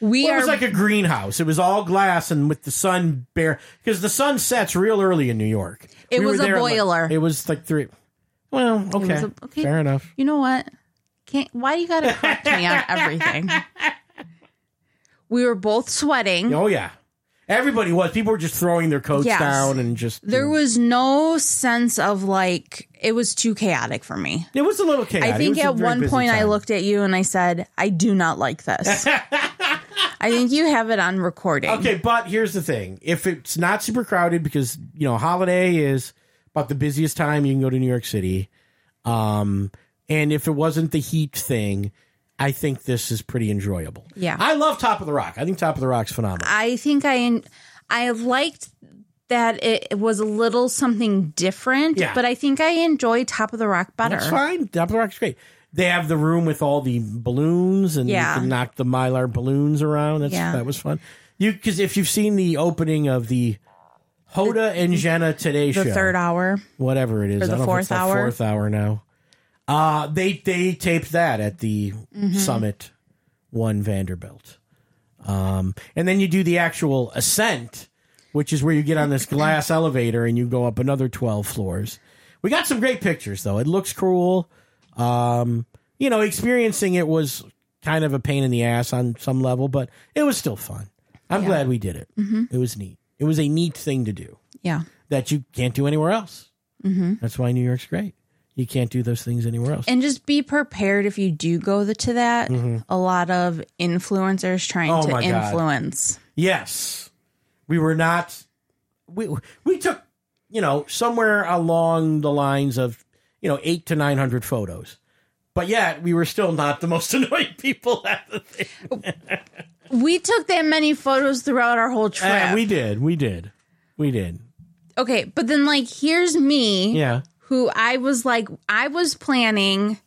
Speaker 1: Well, it
Speaker 2: are
Speaker 1: was like a greenhouse. It was all glass and with the sun bare because the sun sets real early in New York.
Speaker 2: It was
Speaker 1: were
Speaker 2: a
Speaker 1: there at, like-
Speaker 2: boiler.
Speaker 1: it was like three. Well, okay,
Speaker 2: was a- okay.
Speaker 1: fair enough.
Speaker 2: you know what? Can't why you gotta correct me on everything? We were both sweating.
Speaker 1: Oh yeah, everybody was. People were just throwing their coats
Speaker 2: Yes.
Speaker 1: down and just.
Speaker 2: There was no sense of like it was too chaotic for me.
Speaker 1: it was a little chaotic.
Speaker 2: I
Speaker 1: It
Speaker 2: think
Speaker 1: was a
Speaker 2: at
Speaker 1: very
Speaker 2: one
Speaker 1: busy
Speaker 2: point I
Speaker 1: time.
Speaker 2: looked at you and I said, "I do not like this." I think you have it on recording.
Speaker 1: Okay, but here's the thing: if it's not super crowded, because you know, holiday is about the busiest time you can go to New York City, um, and if it wasn't the heat thing, I think this is pretty enjoyable.
Speaker 2: Yeah.
Speaker 1: I love Top of the Rock. I think Top of the Rock's phenomenal.
Speaker 2: I think I I liked that it was a little something different,
Speaker 1: Yeah.
Speaker 2: but I think I enjoy Top of the Rock better.
Speaker 1: That's fine. Top of the Rock's great. They have the room with all the balloons, and
Speaker 2: Yeah.
Speaker 1: you can knock the mylar balloons around. That's,
Speaker 2: Yeah.
Speaker 1: that was fun. You because if you've seen the opening of the Hoda and Jenna Today
Speaker 2: The
Speaker 1: Show,
Speaker 2: third hour.
Speaker 1: whatever it is.
Speaker 2: the
Speaker 1: I don't know if it's
Speaker 2: fourth
Speaker 1: the
Speaker 2: hour?
Speaker 1: fourth hour now. Uh, they they taped that at the
Speaker 2: Mm-hmm.
Speaker 1: summit one Vanderbilt, um, and then you do the actual ascent, which is where you get on this glass elevator and you go up another twelve floors. We got some great pictures though. It looks cool. Um, you know, experiencing it was kind of a pain in the ass on some level, but it was still fun. I'm glad we did it.
Speaker 2: Mm-hmm.
Speaker 1: It was neat. It was a neat thing to do
Speaker 2: Yeah.
Speaker 1: that you can't do anywhere else. That's why New York's great. You can't do those things anywhere else.
Speaker 2: And just be prepared if you do go the, to that. A lot of influencers trying
Speaker 1: Mm-hmm. Oh
Speaker 2: to
Speaker 1: my God.
Speaker 2: influence.
Speaker 1: Yes. We were not we we took, you know, somewhere along the lines of, you know, 8 to 900 photos. But yet, we were still not the most annoying people at the thing.
Speaker 2: We took that many photos throughout our whole trip.
Speaker 1: Uh, we did. We did. We did.
Speaker 2: okay, but then like here's me
Speaker 1: Yeah.
Speaker 2: who I was like I was planning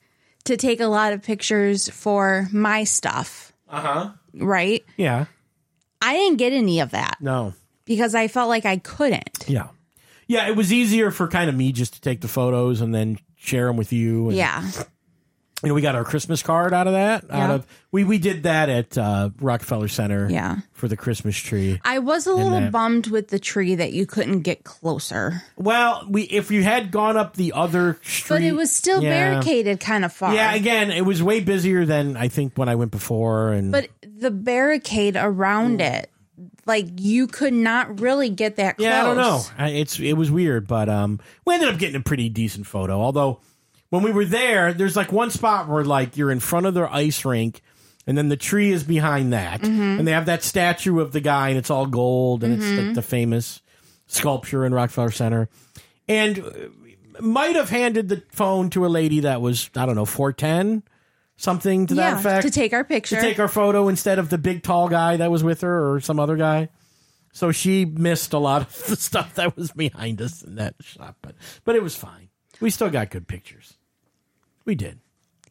Speaker 2: to take a lot of pictures for my stuff,
Speaker 1: Uh-huh.
Speaker 2: right?
Speaker 1: Yeah.
Speaker 2: I didn't get any of that
Speaker 1: No.
Speaker 2: because I felt like I couldn't.
Speaker 1: Yeah. Yeah, it was easier for kind of me just to take the photos and then share them with you and
Speaker 2: Yeah.
Speaker 1: you know, we got our Christmas card out of that. Out
Speaker 2: Yeah.
Speaker 1: of we we did that at uh, Rockefeller Center.
Speaker 2: Yeah.
Speaker 1: for the Christmas tree.
Speaker 2: I was a little
Speaker 1: that-
Speaker 2: bummed with the tree that you couldn't get closer.
Speaker 1: Well, we if you had gone up the other street,
Speaker 2: But it was still
Speaker 1: Yeah.
Speaker 2: barricaded kind of far.
Speaker 1: Yeah, again, it was way busier than I think when I went before, and
Speaker 2: but the barricade around it, like you could not really get that close.
Speaker 1: yeah, I don't know. I, it's it was weird, but um, we ended up getting a pretty decent photo. Although when we were there, there's like one spot where like you're in front of their ice rink. And then the tree is behind that,
Speaker 2: Mm-hmm.
Speaker 1: and they have that statue of the guy, and it's all gold, and it's like the famous sculpture in Rockefeller Center. And uh, might have handed the phone to a lady that was I don't know four ten, something to that
Speaker 2: Yeah,
Speaker 1: effect
Speaker 2: to take our picture.
Speaker 1: to take our photo instead of the big tall guy that was with her or some other guy. So she missed a lot of the stuff that was behind us in that shot, but but it was fine. We still got good pictures. We did.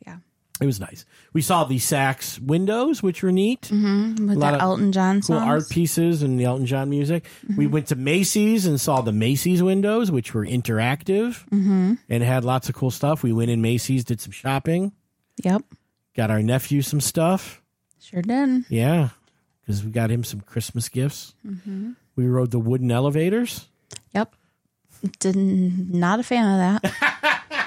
Speaker 2: yeah,
Speaker 1: It was nice. We saw the Saks windows, which were neat.
Speaker 2: with
Speaker 1: lot
Speaker 2: the
Speaker 1: of
Speaker 2: Elton John
Speaker 1: Cool
Speaker 2: songs.
Speaker 1: art pieces and the Elton John music. We went to Macy's and saw the Macy's windows, which were interactive and had lots of cool stuff. We went in Macy's, did some shopping,
Speaker 2: Yep,
Speaker 1: got our nephew some stuff.
Speaker 2: sure did.
Speaker 1: Yeah, because we got him some Christmas gifts.
Speaker 2: Mm-hmm.
Speaker 1: We rode the wooden elevators.
Speaker 2: Yep, didn't not a fan of that.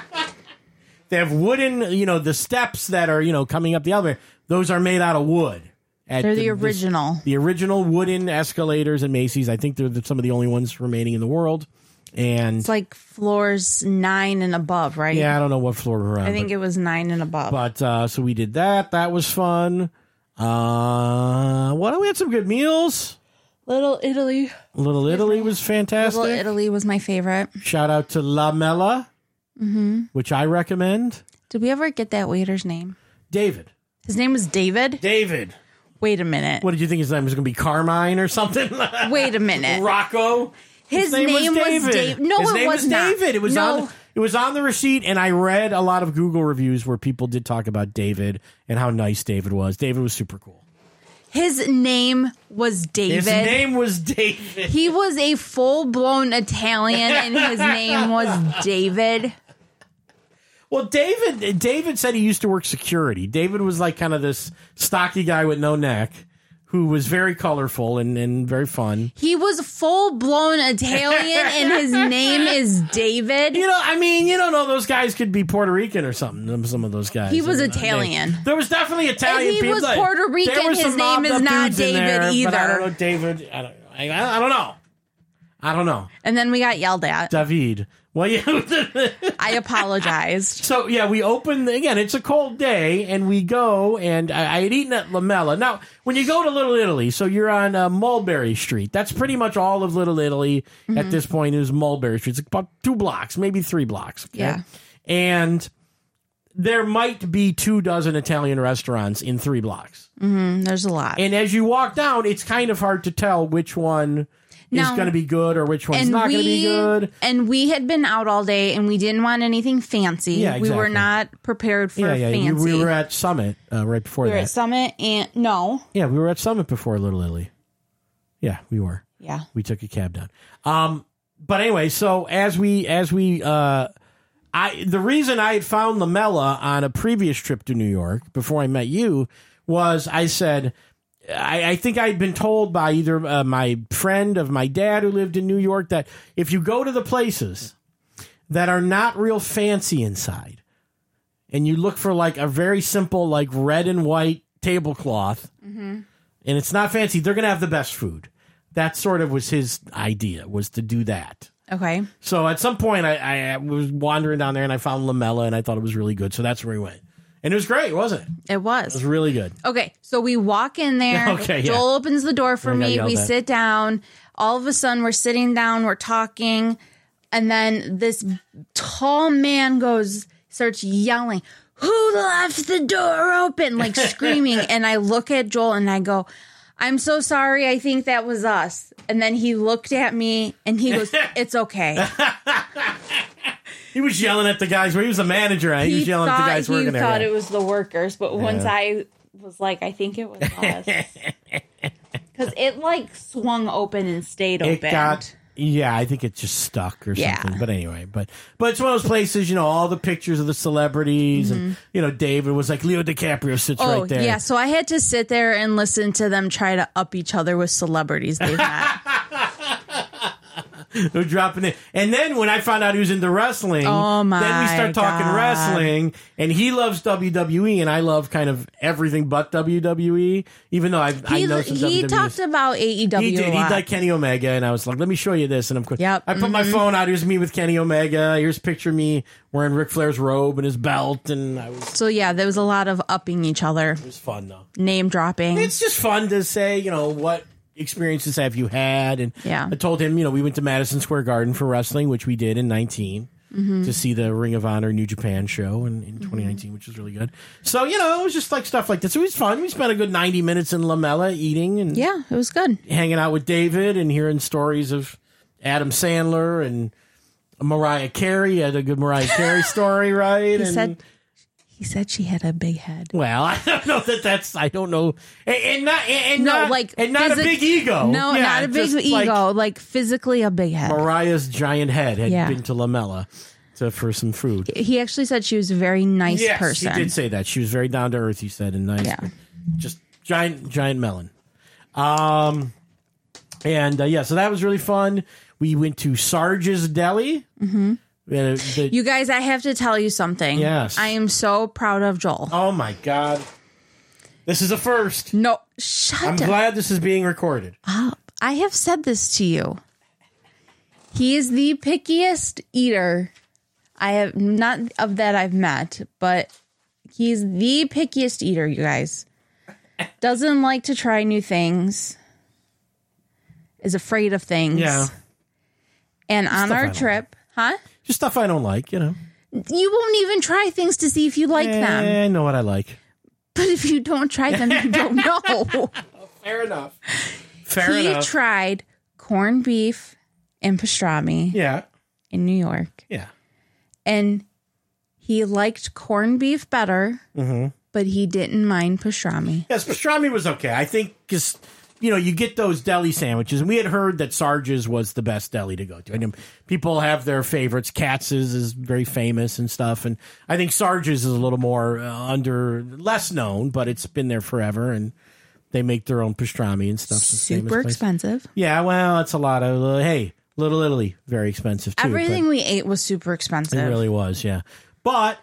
Speaker 1: They have wooden, you know, the steps that are, you know, coming up the elevator. Those are made out of wood. At
Speaker 2: They're the
Speaker 1: this-
Speaker 2: original.
Speaker 1: the original wooden escalators in Macy's. I think they're the, some of the only ones remaining in the world. And
Speaker 2: It's like floors nine and above, right?
Speaker 1: yeah, I don't know what floor we're on.
Speaker 2: I think it was nine and above.
Speaker 1: but, but uh, so we did that. That was fun. Uh, well, we had some good meals.
Speaker 2: Little Italy.
Speaker 1: Little Italy was fantastic.
Speaker 2: Little Italy was my favorite.
Speaker 1: Shout out to La Mela,
Speaker 2: Mm-hmm.
Speaker 1: which I recommend.
Speaker 2: Did we ever get that waiter's name?
Speaker 1: David.
Speaker 2: His name was David.
Speaker 1: David.
Speaker 2: Wait a minute.
Speaker 1: What did you think his name was going to be? Carmine or something?
Speaker 2: Wait a minute.
Speaker 1: Rocco.
Speaker 2: His name was Dave- no,
Speaker 1: His
Speaker 2: it
Speaker 1: name
Speaker 2: was not.
Speaker 1: David. It was
Speaker 2: No.
Speaker 1: on. It was on the receipt, and I read a lot of Google reviews where people did talk about David and how nice David was. David was super cool.
Speaker 2: His name was David.
Speaker 1: His name was David.
Speaker 2: he was a full blown Italian and his name was David.
Speaker 1: Well, David. David said he used to work security. David was like kind of this stocky guy with no neck, who was very colorful and, and very fun.
Speaker 2: He was full blown Italian and his name is David.
Speaker 1: You know, I mean, you don't know those guys could be Puerto Rican or something. them- Some of those guys.
Speaker 2: He was
Speaker 1: They're not
Speaker 2: Italian.
Speaker 1: named. There was definitely Italian.
Speaker 2: And he
Speaker 1: people.
Speaker 2: was
Speaker 1: Like,
Speaker 2: Puerto Rican.
Speaker 1: There were
Speaker 2: His
Speaker 1: some
Speaker 2: name
Speaker 1: mobbed
Speaker 2: is
Speaker 1: up
Speaker 2: not
Speaker 1: dudes in
Speaker 2: David
Speaker 1: there, but I
Speaker 2: either.
Speaker 1: don't know David. I don't, I, I don't know. I don't know
Speaker 2: And then we got yelled at.
Speaker 1: David. Well, yeah.
Speaker 2: I apologized.
Speaker 1: so yeah, we open again. It's a cold day, and we go. And I, I had eaten at Lamella. Now, when you go to Little Italy, so you're on uh, Mulberry Street. That's pretty much all of Little Italy
Speaker 2: Mm-hmm.
Speaker 1: at this point is Mulberry Street. It's about two blocks, maybe three blocks. okay?
Speaker 2: Yeah.
Speaker 1: and there might be two dozen Italian restaurants in three blocks.
Speaker 2: Mm, There's a lot.
Speaker 1: And as you walk down, it's kind of hard to tell which one
Speaker 2: Now-
Speaker 1: is going to be good or which one's
Speaker 2: and
Speaker 1: not
Speaker 2: we
Speaker 1: going to be good.
Speaker 2: and we had been out all day and we didn't want anything fancy.
Speaker 1: Yeah,
Speaker 2: We were
Speaker 1: exactly.
Speaker 2: not prepared for
Speaker 1: Yeah, yeah. We,
Speaker 2: fancy.
Speaker 1: we were at Summit uh, right before
Speaker 2: We were
Speaker 1: that.
Speaker 2: at Summit and no.
Speaker 1: yeah, we were at Summit before Little Italy. Yeah, we were.
Speaker 2: Yeah.
Speaker 1: we took a cab down. Um, but anyway, so as we as we uh, I the reason I had found Lamella on a previous trip to New York before I met you was I said. I, I think I'd been told by either uh, my friend of my dad who lived in New York that if you go to the places that are not real fancy inside, and you look for like a very simple like red and white tablecloth and it's not fancy they're gonna have the best food that sort of was his idea was to do that
Speaker 2: Okay.
Speaker 1: so at some point i, I was wandering down there and i found lamella and i thought it was really good so that's where we went and it was great wasn't it it
Speaker 2: It was.
Speaker 1: was really good
Speaker 2: Okay. So we walk in there.
Speaker 1: Okay, yeah.
Speaker 2: Joel opens the door for
Speaker 1: I got
Speaker 2: me.
Speaker 1: yelled
Speaker 2: We
Speaker 1: at.
Speaker 2: sit down. All of a sudden, we're sitting down, we're talking. And then this tall man goes, starts yelling, Who left the door open? Like screaming. and I look at Joel and I go, I'm so sorry. I think that was us. And then he looked at me and he goes, It's okay.
Speaker 1: he was yelling at the guys where he was the manager and he, was yelling at the
Speaker 2: thought-
Speaker 1: guys
Speaker 2: he
Speaker 1: working there
Speaker 2: thought
Speaker 1: yeah.
Speaker 2: it was the workers, but once I was like, I think it was us. Because it like swung open and stayed
Speaker 1: it
Speaker 2: open.
Speaker 1: got yeah i think it just stuck or
Speaker 2: Yeah.
Speaker 1: something but anyway but but it's one of those places you know all the pictures of the celebrities and you know david was like leo dicaprio sits
Speaker 2: Mm-hmm. oh
Speaker 1: right there
Speaker 2: yeah, so I had to sit there and listen to them try to up each other with celebrities they've met.
Speaker 1: They're dropping it and then when i found out he was into wrestling
Speaker 2: Oh,
Speaker 1: then we
Speaker 2: my
Speaker 1: start talking
Speaker 2: God.
Speaker 1: wrestling and he loves wwe and i love kind of everything but wwe even though i, I
Speaker 2: He,
Speaker 1: know some
Speaker 2: he
Speaker 1: WWE
Speaker 2: talked about AEW.
Speaker 1: He did.
Speaker 2: E A
Speaker 1: He
Speaker 2: lot.
Speaker 1: liked Kenny Omega, and I was like, "Let me show you this." And I'm quick.
Speaker 2: Yep. Mm-hmm.
Speaker 1: I put my phone out. Here's me with Kenny Omega. Here's picture of me wearing Ric Flair's robe and his belt, and I was.
Speaker 2: so yeah, there was a lot of upping each other,
Speaker 1: It was fun though.
Speaker 2: name dropping.
Speaker 1: It's just fun to say, you know, what experiences have you had? And
Speaker 2: Yeah.
Speaker 1: I told him, you know, we went to Madison Square Garden for wrestling, which we did in 19.
Speaker 2: Mm-hmm.
Speaker 1: To see the Ring of Honor New Japan show in, in 2019, which was really good. So, you know, it was just like stuff like this. It was fun. We spent a good 90 minutes in Lamella eating and
Speaker 2: yeah, it was good.
Speaker 1: hanging out with David and hearing stories of Adam Sandler and Mariah Carey. You had a good Mariah Carey story, right? and,
Speaker 2: He said he said she had a big head.
Speaker 1: well, I don't know that that's I don't know, and, and not and, and
Speaker 2: No,
Speaker 1: not
Speaker 2: like
Speaker 1: and not
Speaker 2: physi-
Speaker 1: a big ego.
Speaker 2: No,
Speaker 1: Oh, Yeah,
Speaker 2: not a big
Speaker 1: just like
Speaker 2: ego. Like, physically a big head.
Speaker 1: Mariah's giant head had
Speaker 2: Yeah.
Speaker 1: been to Lamella to, for some food.
Speaker 2: he actually said she was a very nice
Speaker 1: yes,
Speaker 2: person.
Speaker 1: he did say that she was very down to earth. He said and nice,
Speaker 2: Yeah.
Speaker 1: but just giant giant melon. Um, and uh, yeah, so that was really fun. We went to Sarge's Deli. Mm-hmm.
Speaker 2: You guys, I have to tell you something.
Speaker 1: Yes.
Speaker 2: I am so proud of Joel.
Speaker 1: oh my god, this is a first.
Speaker 2: No, shut
Speaker 1: I'm
Speaker 2: up.
Speaker 1: glad this is being recorded.
Speaker 2: I have said this to you. He is the pickiest eater I have not of that I've met, but he's the pickiest eater, you guys. Doesn't like to try new things. Is afraid of things.
Speaker 1: Yeah,
Speaker 2: And on
Speaker 1: Stuff I
Speaker 2: our
Speaker 1: don't
Speaker 2: trip, huh?
Speaker 1: just stuff I don't like, you know.
Speaker 2: You won't even try things to see if you like them.
Speaker 1: Eh, I know what I like.
Speaker 2: But if you don't try them, you don't know.
Speaker 1: Fair enough. Fair
Speaker 2: he
Speaker 1: enough.
Speaker 2: tried corned beef and pastrami
Speaker 1: yeah.
Speaker 2: in New York,
Speaker 1: Yeah.
Speaker 2: and he liked corned beef better,
Speaker 1: Mm-hmm.
Speaker 2: but he didn't mind pastrami.
Speaker 1: Yes, pastrami was okay. I think because you know you get those deli sandwiches, and we had heard that Sarge's was the best deli to go to. I mean, people have their favorites. Katz's is very famous and stuff, and I think Sarge's is a little more uh, under less known, but it's been there forever, and they make their own pastrami and stuff. It's a famous
Speaker 2: Super
Speaker 1: place.
Speaker 2: expensive.
Speaker 1: Yeah, well, it's a lot of uh, hey, Little Italy, very expensive too. but-
Speaker 2: Everything we ate was super expensive.
Speaker 1: It really was, yeah. But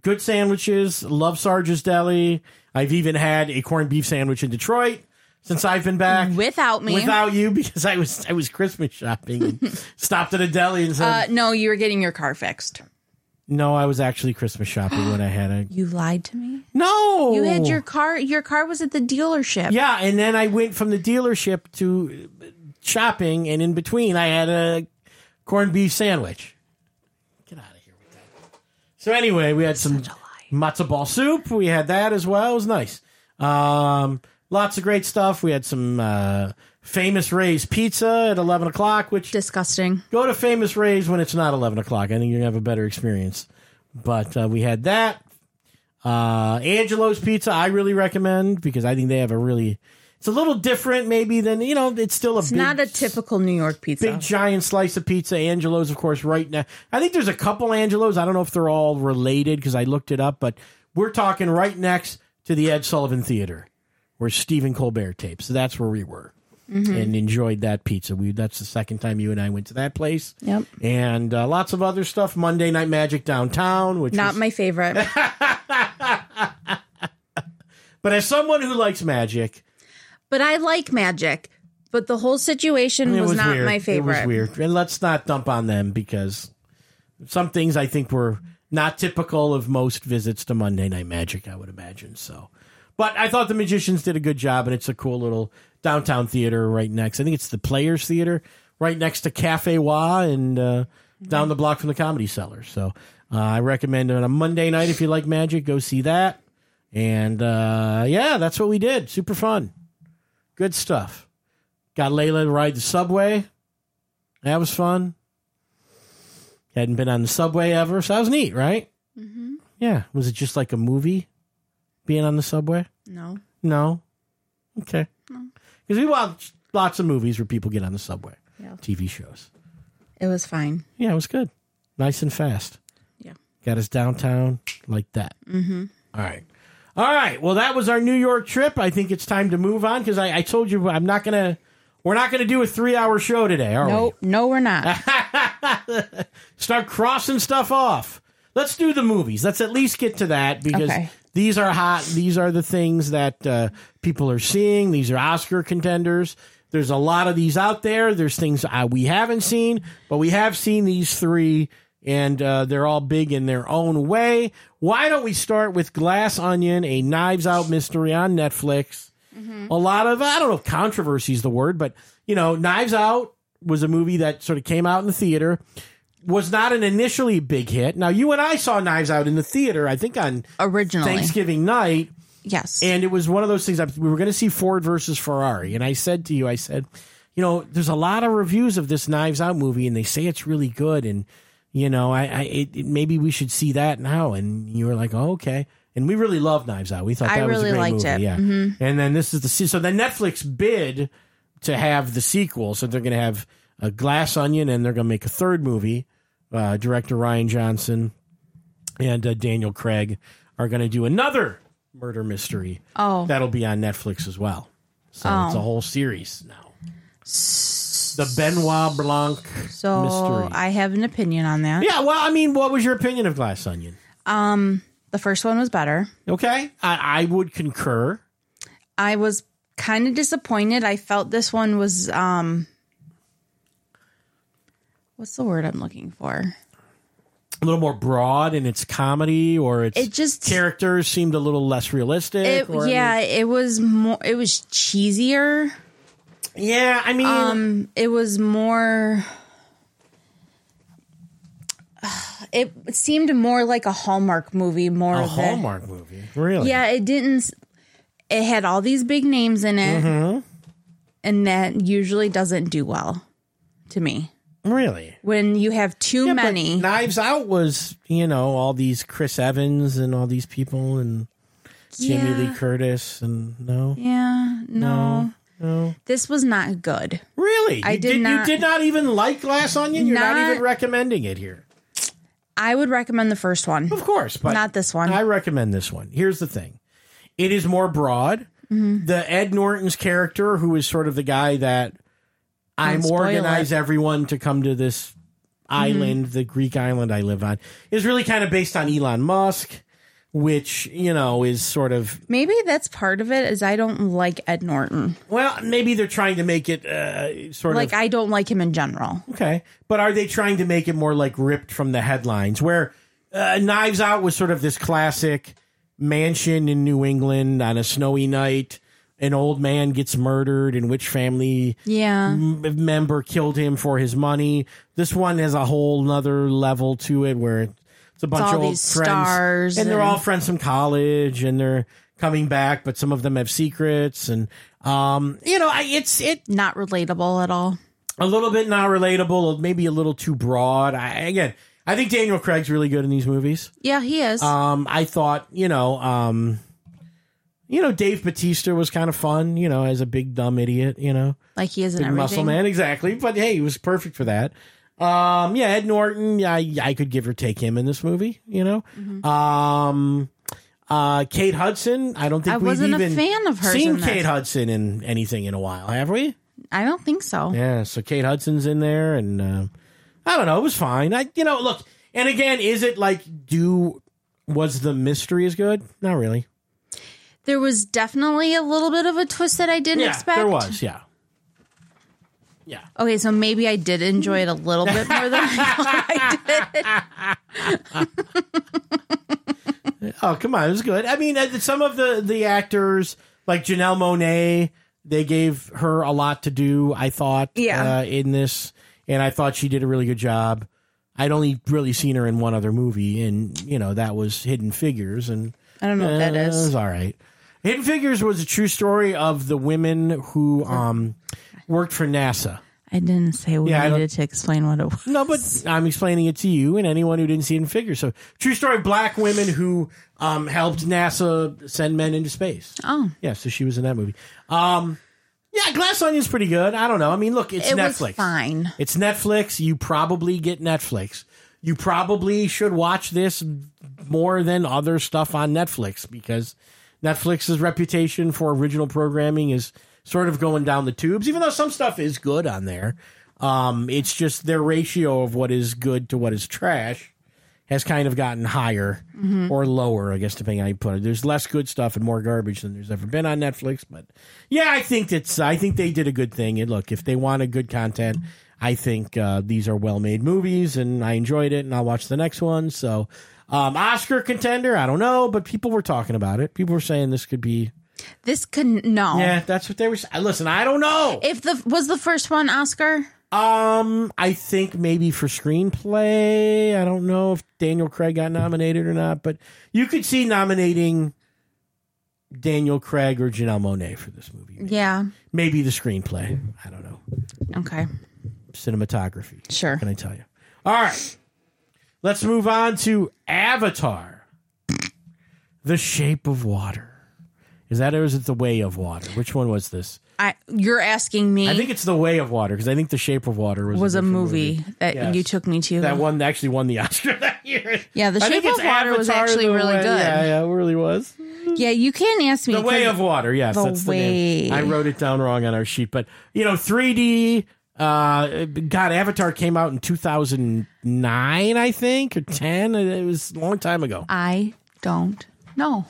Speaker 1: good sandwiches. Love Sarge's Deli. I've even had a corned beef sandwich in Detroit since I've been back.
Speaker 2: Without me.
Speaker 1: Without you, because I was I was Christmas shopping, and stopped at a deli and said,
Speaker 2: uh, no, you were getting your car fixed.
Speaker 1: "No, I was actually Christmas shopping when I had a
Speaker 2: You lied to me.
Speaker 1: no."
Speaker 2: You had your car. Your car was at the dealership.
Speaker 1: yeah, and then I went from the dealership to uh, shopping, and in between, I had a corned beef sandwich. Get out of here with that. So anyway, we had some matzo ball soup. We had that as well. It was nice. Um, lots of great stuff. We had some uh, famous Ray's pizza at eleven o'clock. Which
Speaker 2: Disgusting.
Speaker 1: go to famous Ray's when it's not eleven o'clock. I think you're gonna have a better experience. But uh, we had that. Uh, Angelo's Pizza, I really recommend because I think they have a really. It's a little different, maybe than you know. It's still a big,
Speaker 2: Not a typical New York pizza.
Speaker 1: big giant slice of pizza. Angelo's, of course, right now. I think there's a couple Angelo's. I don't know if they're all related because I looked it up, but we're talking right next to the Ed Sullivan Theater where Stephen Colbert tapes. So that's where we were.
Speaker 2: Mm-hmm.
Speaker 1: and enjoyed that pizza. We that's the second time you and I went to that place.
Speaker 2: Yep.
Speaker 1: And uh, lots of other stuff. Monday Night Magic downtown, which
Speaker 2: Not
Speaker 1: was-
Speaker 2: my favorite.
Speaker 1: but as someone who likes magic,
Speaker 2: but I like magic. But the whole situation
Speaker 1: it
Speaker 2: was,
Speaker 1: was,
Speaker 2: not
Speaker 1: weird.
Speaker 2: my favorite.
Speaker 1: It was weird. And let's not dump on them because some things I think were not typical of most visits to Monday Night Magic, I would imagine. So, but I thought the Magicians did a good job, and it's a cool little downtown theater right next. I think it's the Players Theater right next to Cafe Wa and uh, down the block from the Comedy Cellar. So, uh, I recommend it on a Monday night if you like magic, go see that. And uh, yeah, that's what we did. Super fun. Good stuff. Got Layla to ride the subway. That was fun. Hadn't been on the subway ever, so that was neat, right? Mm-hmm. Yeah. Was it just like a movie being on the subway?
Speaker 2: No.
Speaker 1: No. Okay. Because we watch lots of movies where people get on the subway,
Speaker 2: Yeah.
Speaker 1: TV shows.
Speaker 2: It was fine.
Speaker 1: Yeah, it was good. Nice and fast.
Speaker 2: Yeah.
Speaker 1: Got us downtown like that. Mm-hmm. right. All right. Well, that was our New York trip. I think it's time to move on because I, I told you I'm not going to, we're not going to do a three hour show today, are we?
Speaker 2: No, no, we're not.
Speaker 1: start crossing stuff off. Let's do the movies. Let's at least get to that because
Speaker 2: Okay.
Speaker 1: these are hot. These are the things that uh, people are seeing. These are Oscar contenders. There's a lot of these out there. There's things uh, we haven't seen, but we have seen these three, and uh, they're all big in their own way. Why don't we start with Glass Onion, a Knives Out mystery on Netflix? a lot of I don't know if controversy is the word, but you know, Knives Out was a movie that sort of came out in the theater. Was not an initially big hit. Now you and I saw Knives Out in the theater, I think on
Speaker 2: Originally.
Speaker 1: Thanksgiving night,
Speaker 2: Yes.
Speaker 1: and it was one of those things. I, we were going to see Ford versus Ferrari, and I said to you, I said, you know, there's a lot of reviews of this Knives Out movie, and they say it's really good, and you know, I, I it, it, maybe we should see that now. And you were like, oh, okay. And we really loved Knives Out. We thought
Speaker 2: I
Speaker 1: that was a
Speaker 2: really
Speaker 1: great
Speaker 2: liked
Speaker 1: movie.
Speaker 2: it. Mm-hmm.
Speaker 1: Yeah. And then this is the se- so then Netflix bid to have the sequel, so they're going to have a Glass Onion, and they're going to make a third movie. Uh, director Ryan Johnson and uh, Daniel Craig are going to do another murder mystery.
Speaker 2: Oh.
Speaker 1: That'll be on Netflix as well. So it's a whole series now. The Benoit Blanc
Speaker 2: so
Speaker 1: mystery.
Speaker 2: I have an opinion on that.
Speaker 1: yeah, well, I mean, what was your opinion of Glass Onion?
Speaker 2: The first one was better.
Speaker 1: Okay, I, I would concur.
Speaker 2: I was kind of disappointed. I felt this one was um what's the word I'm looking for?
Speaker 1: A little more broad in its comedy, or its
Speaker 2: It just
Speaker 1: characters seemed a little less realistic.
Speaker 2: it,
Speaker 1: or, I mean-
Speaker 2: yeah, it was more it was cheesier.
Speaker 1: yeah. I mean,
Speaker 2: It was more it seemed more like a Hallmark movie more
Speaker 1: a
Speaker 2: than
Speaker 1: Hallmark movie, really?
Speaker 2: Yeah, it didn't. It had all these big names in it,
Speaker 1: Mm-hmm.
Speaker 2: and that usually doesn't do well to me
Speaker 1: really.
Speaker 2: when you have too
Speaker 1: Yeah, but
Speaker 2: many.
Speaker 1: Knives Out was, you know, all these Chris Evans and all these people and Jamie
Speaker 2: Yeah.
Speaker 1: Lee Curtis and no.
Speaker 2: yeah, no. This was not good.
Speaker 1: Really?
Speaker 2: I
Speaker 1: you
Speaker 2: did not-
Speaker 1: you did not even like Glass Onion? You're not,
Speaker 2: Not-
Speaker 1: even recommending it here.
Speaker 2: I would recommend the first one,
Speaker 1: Of course, but
Speaker 2: not this one.
Speaker 1: I recommend this one. Here's the thing. It is more broad.
Speaker 2: Mm-hmm.
Speaker 1: The Ed Norton's character, who is sort of the guy that I'm
Speaker 2: Don't spoil Mm-hmm.
Speaker 1: organize everyone to come to this island, the Greek island I live on, is really kind of based on Elon Musk, which, you know, is sort of
Speaker 2: Maybe that's part of it. Is I don't like Ed Norton.
Speaker 1: Well, maybe they're trying to make it uh, sort
Speaker 2: Like
Speaker 1: of
Speaker 2: I don't like him in general.
Speaker 1: okay, but are they trying to make it more like ripped from the headlines? Where uh, Knives Out was sort of this classic mansion in New England on a snowy night. An old man gets murdered, and which family
Speaker 2: Yeah,
Speaker 1: m- member killed him for his money? This one has a whole nother level to it, where it's a bunch
Speaker 2: all
Speaker 1: of old
Speaker 2: these
Speaker 1: friends,
Speaker 2: stars
Speaker 1: and they're
Speaker 2: and-
Speaker 1: all friends from college, and they're coming back, but some of them have secrets, and um, you know, I, it's it
Speaker 2: not relatable at all.
Speaker 1: a little bit not relatable, maybe a little too broad. I, again, I think Daniel Craig's really good in these movies.
Speaker 2: Yeah, he is.
Speaker 1: Um, I thought, you know, um, you know, Dave Batista was kind of fun, you know, as a big dumb idiot, you know,
Speaker 2: like he is in
Speaker 1: big
Speaker 2: everything.
Speaker 1: muscle man, exactly. But hey, he was perfect for that. Um, yeah, Ed Norton, yeah, I, I could give or take him in this movie, you know.
Speaker 2: Mm-hmm.
Speaker 1: Um, uh, Kate Hudson, I don't think
Speaker 2: I
Speaker 1: we've
Speaker 2: wasn't a
Speaker 1: even
Speaker 2: fan of hers
Speaker 1: seen
Speaker 2: in this.
Speaker 1: Kate Hudson in anything in a while, have we?
Speaker 2: I don't think so.
Speaker 1: Yeah, so Kate Hudson's in there, and uh, I don't know. It was fine. I, you know, look. And again, is it like do was the mystery as good? Not really.
Speaker 2: There was definitely a little bit of a twist that I didn't
Speaker 1: Yeah,
Speaker 2: expect.
Speaker 1: there was. Yeah, yeah.
Speaker 2: Okay, so maybe I did enjoy it a little bit more than I thought I did.
Speaker 1: Oh come on, it was good. I mean, uh, some of the the actors like Janelle Monet, they gave her a lot to do. I thought,
Speaker 2: Yeah.
Speaker 1: uh, in this, and I thought she did a really good job. I'd only really seen her in one other movie, and you know that was Hidden Figures, and
Speaker 2: I don't know what that
Speaker 1: Uh, It was
Speaker 2: is.
Speaker 1: all right. Hidden Figures was a true story of the women who um, worked for NASA.
Speaker 2: I didn't say we
Speaker 1: Yeah, I don't-
Speaker 2: needed to explain what it was.
Speaker 1: No, but I'm explaining it to you and anyone who didn't see Hidden Figures. So, true story of black women who um, helped NASA send men into space.
Speaker 2: Oh,
Speaker 1: Yeah, so she was in that movie. Um, yeah, Glass Onion's pretty good. I don't know. I mean, look, it's
Speaker 2: it
Speaker 1: Netflix.
Speaker 2: was fine.
Speaker 1: It's Netflix. You probably get Netflix. You probably should watch this more than other stuff on Netflix because Netflix's reputation for original programming is sort of going down the tubes, even though some stuff is good on there. Um, it's just their ratio of what is good to what is trash has kind of gotten higher or lower, I guess, depending on how you put it. There's less good stuff and more garbage than there's ever been on Netflix. But yeah, I think it's I think they did a good thing. And look, if they wanted good content, I think uh, these are well made movies, and I enjoyed it, and I'll watch the next one. So um, Oscar contender, I don't know, but people were talking about it. People were saying this could be.
Speaker 2: This could no.
Speaker 1: Yeah, that's what they were. s- Listen, I don't know.
Speaker 2: If the was the first one Oscar,
Speaker 1: Um, I think maybe for screenplay. I don't know if Daniel Craig got nominated or not, but you could see nominating Daniel Craig or Janelle Monet for this movie.
Speaker 2: yeah.
Speaker 1: Maybe the screenplay. I don't know.
Speaker 2: Okay,
Speaker 1: Cinematography.
Speaker 2: sure.
Speaker 1: Can I tell you? All right. Let's move on to Avatar. The Shape of Water. Is that or is it The Way of Water? Which one was this?
Speaker 2: I you're asking me
Speaker 1: I think it's The Way of Water because I think The Shape of Water was,
Speaker 2: was a
Speaker 1: different
Speaker 2: movie, that
Speaker 1: Yes.
Speaker 2: you took me to.
Speaker 1: That one actually won the Oscar that year.
Speaker 2: Yeah, The
Speaker 1: I think
Speaker 2: Shape
Speaker 1: it's
Speaker 2: of Water was
Speaker 1: Avatar
Speaker 2: actually
Speaker 1: the
Speaker 2: really
Speaker 1: way,
Speaker 2: good.
Speaker 1: Yeah, yeah, it really was.
Speaker 2: yeah, you can ask me.
Speaker 1: The Way
Speaker 2: 'cause-
Speaker 1: of Water. Yes,
Speaker 2: The
Speaker 1: that's the name.
Speaker 2: Way.
Speaker 1: I wrote it down wrong on our sheet, but you know, 3D. Uh, God, Avatar came out in 2009, I think, or 10. It was a long time ago.
Speaker 2: I don't know.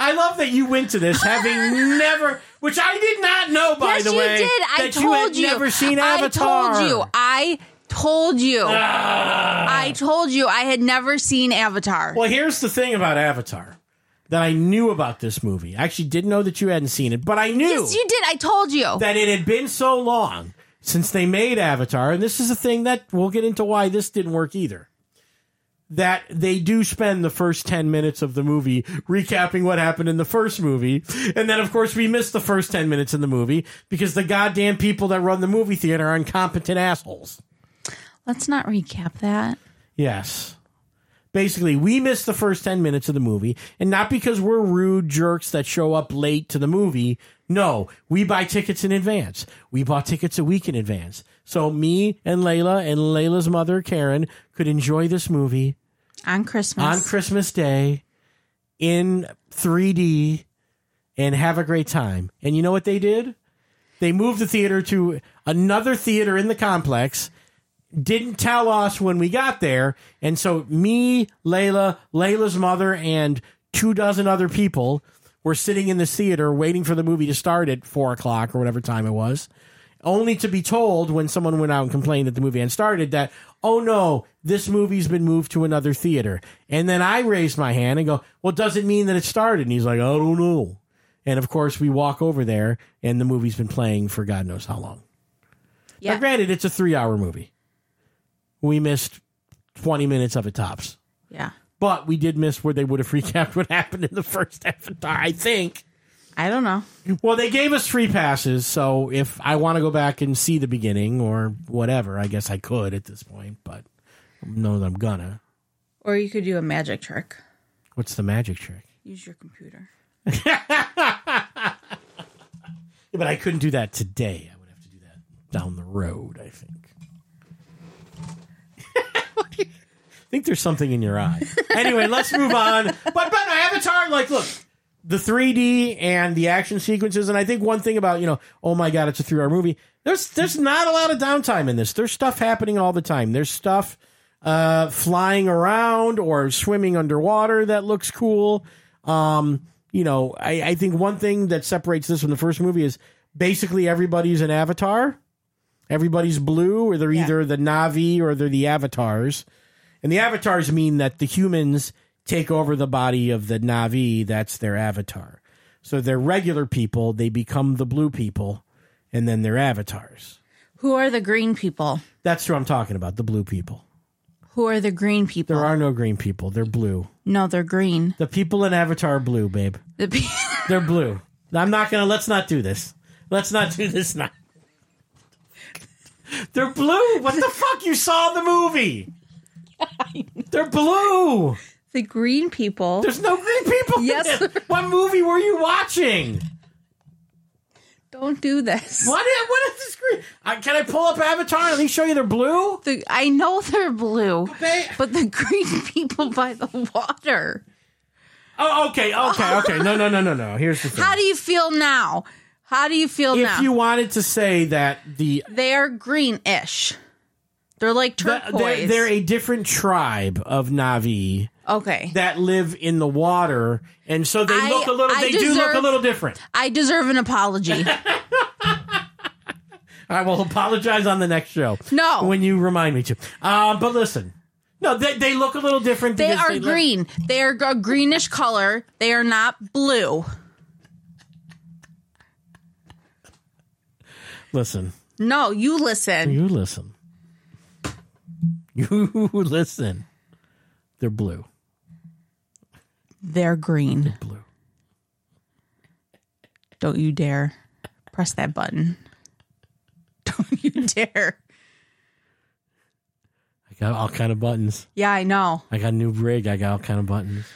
Speaker 1: I love that you went to this having never, which I did not know, by
Speaker 2: yes,
Speaker 1: the
Speaker 2: you
Speaker 1: way.
Speaker 2: did. I
Speaker 1: that
Speaker 2: told
Speaker 1: had
Speaker 2: you.
Speaker 1: never seen Avatar. Ah.
Speaker 2: I told you. I told you. I told you. I had never seen Avatar.
Speaker 1: Well, here's the thing about Avatar that I knew about this movie. I actually didn't know that you hadn't seen it, but I knew
Speaker 2: yes, you did. I told you.
Speaker 1: that it had been so long since they made Avatar, and this is a thing that we'll get into why this didn't work either. That they do spend the first 10 minutes of the movie recapping what happened in the first movie. And then, of course, we miss the first 10 minutes in the movie because the goddamn people that run the movie theater are incompetent assholes.
Speaker 2: Let's not recap that.
Speaker 1: Yes. Basically, we miss the first 10 minutes of the movie, and not because we're rude jerks that show up late to the movie. No, we buy tickets in advance. We bought tickets a week in advance. So me and Layla and Layla's mother, Karen, could enjoy this movie
Speaker 2: On Christmas.
Speaker 1: on Christmas Day in 3D and have a great time. And you know what they did? They moved the theater to another theater in the complex. Didn't tell us when we got there. And so me, Layla, Layla's mother, and two dozen other people were sitting in this theater waiting for the movie to start at four o'clock or whatever time it was only to be told when someone went out and complained that the movie hadn't started that, oh no, this movie's been moved to another theater. And then I raised my hand and go, well, does it mean that it started? And he's like, I don't know. And of course, we walk over there and the movie's been playing for God knows how long.
Speaker 2: yeah.
Speaker 1: Now, granted, it's a three hour movie. We missed 20 minutes of it tops.
Speaker 2: yeah.
Speaker 1: But we did miss where they would have recapped what happened in the first Avatar, I think.
Speaker 2: I don't know.
Speaker 1: Well, they gave us free passes, so if I want to go back and see the beginning or whatever, I guess I could at this point, but no, I'm gonna.
Speaker 2: Or you could do a magic trick.
Speaker 1: What's the magic trick?
Speaker 2: Use your computer.
Speaker 1: But I couldn't do that today. I would have to do that down the road, I think. I think there's something in your eye. Anyway, let's move on. But but Avatar, like, look, the 3D and the action sequences, and I think one thing about you know, oh my god, it's a three-hour movie. There's there's not a lot of downtime in this. There's stuff happening all the time. There's stuff uh, flying around or swimming underwater that looks cool. Um, you know, I, I think one thing that separates this from the first movie is basically everybody's an avatar. Everybody's blue, or they're
Speaker 2: Yeah.
Speaker 1: either the Navi or they're the avatars. And the avatars mean that the humans take over the body of the Navi. That's their avatar. So they're regular people. They become the blue people, and then they're avatars.
Speaker 2: Who are the green people?
Speaker 1: That's who I'm talking about. The blue people.
Speaker 2: Who are the green people?
Speaker 1: There are no green people. They're blue.
Speaker 2: no, they're green.
Speaker 1: The people in Avatar are blue, babe.
Speaker 2: The pe-
Speaker 1: They're blue. I'm not gonna. Let's not do this. Let's not do this now. They're blue. What the fuck? You saw the movie. They're blue.
Speaker 2: the green people.
Speaker 1: There's no green people. in
Speaker 2: Yes.
Speaker 1: it. What movie were you watching?
Speaker 2: Don't do this.
Speaker 1: What? Is, what is this green? Uh, can I pull up Avatar and at least show you they're blue?
Speaker 2: The, I know they're blue,
Speaker 1: They-
Speaker 2: but the green people by the water.
Speaker 1: Oh, okay, okay, okay. No, no, no, no, no. Here's the thing.
Speaker 2: How do you feel now? How do you feel now?
Speaker 1: if you wanted to say that the
Speaker 2: they are greenish. They're like
Speaker 1: that
Speaker 2: turquoise.
Speaker 1: they're, they're a different tribe of Navi
Speaker 2: okay.
Speaker 1: that live in the water, and so they
Speaker 2: I-
Speaker 1: look a little.
Speaker 2: I
Speaker 1: They do look a
Speaker 2: deserve-
Speaker 1: little different.
Speaker 2: I deserve an apology.
Speaker 1: I will apologize on the next show.
Speaker 2: No.
Speaker 1: when you remind me to. Um, but listen, no, they, they look a little different.
Speaker 2: They
Speaker 1: because
Speaker 2: are
Speaker 1: look-
Speaker 2: green. They are a greenish color. They are not blue.
Speaker 1: listen,
Speaker 2: No, you listen.
Speaker 1: you listen, you listen. They're blue,
Speaker 2: They're green.
Speaker 1: blue.
Speaker 2: Don't you dare press that button. Don't you dare.
Speaker 1: I got all kind of buttons.
Speaker 2: Yeah, I know.
Speaker 1: I got a new rig. I got all kind of buttons.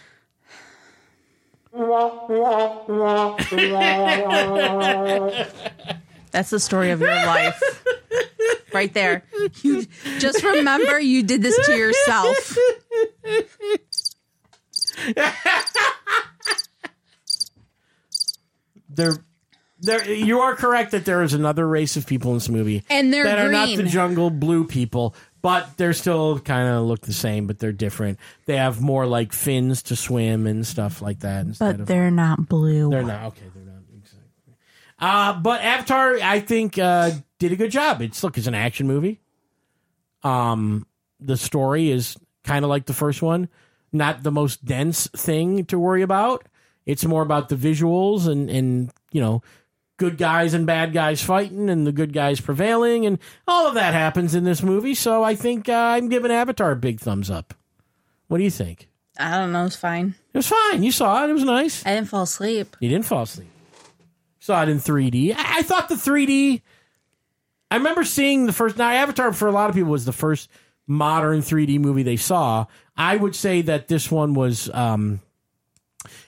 Speaker 2: That's the story of your life. Right there. You just remember you did this to yourself.
Speaker 1: There, there. You are correct that there is another race of people in this movie,
Speaker 2: And they're
Speaker 1: that are not the
Speaker 2: green.
Speaker 1: jungle blue people, but they're still kind of look the same, but they're different. They have more like fins to swim and stuff like that. Instead
Speaker 2: But
Speaker 1: of,
Speaker 2: they're not blue.
Speaker 1: they're not okay. They're not exactly. Uh, but Avatar, I think, uh, did a good job. It's look, it's an action movie. Um, the story is kind of like the first one, not the most dense thing to worry about. It's more about the visuals and and you know, good guys and bad guys fighting and the good guys prevailing and all of that happens in this movie. So I think uh, I'm giving Avatar a big thumbs up. What do you think?
Speaker 2: I don't know. It's fine.
Speaker 1: It was fine. You saw it. It was nice.
Speaker 2: I didn't fall asleep.
Speaker 1: You didn't fall asleep. Saw it in 3D. I, I thought the 3D. I remember seeing the first. Now, Avatar for a lot of people was the first modern 3D movie they saw. I would say that this one was. Um,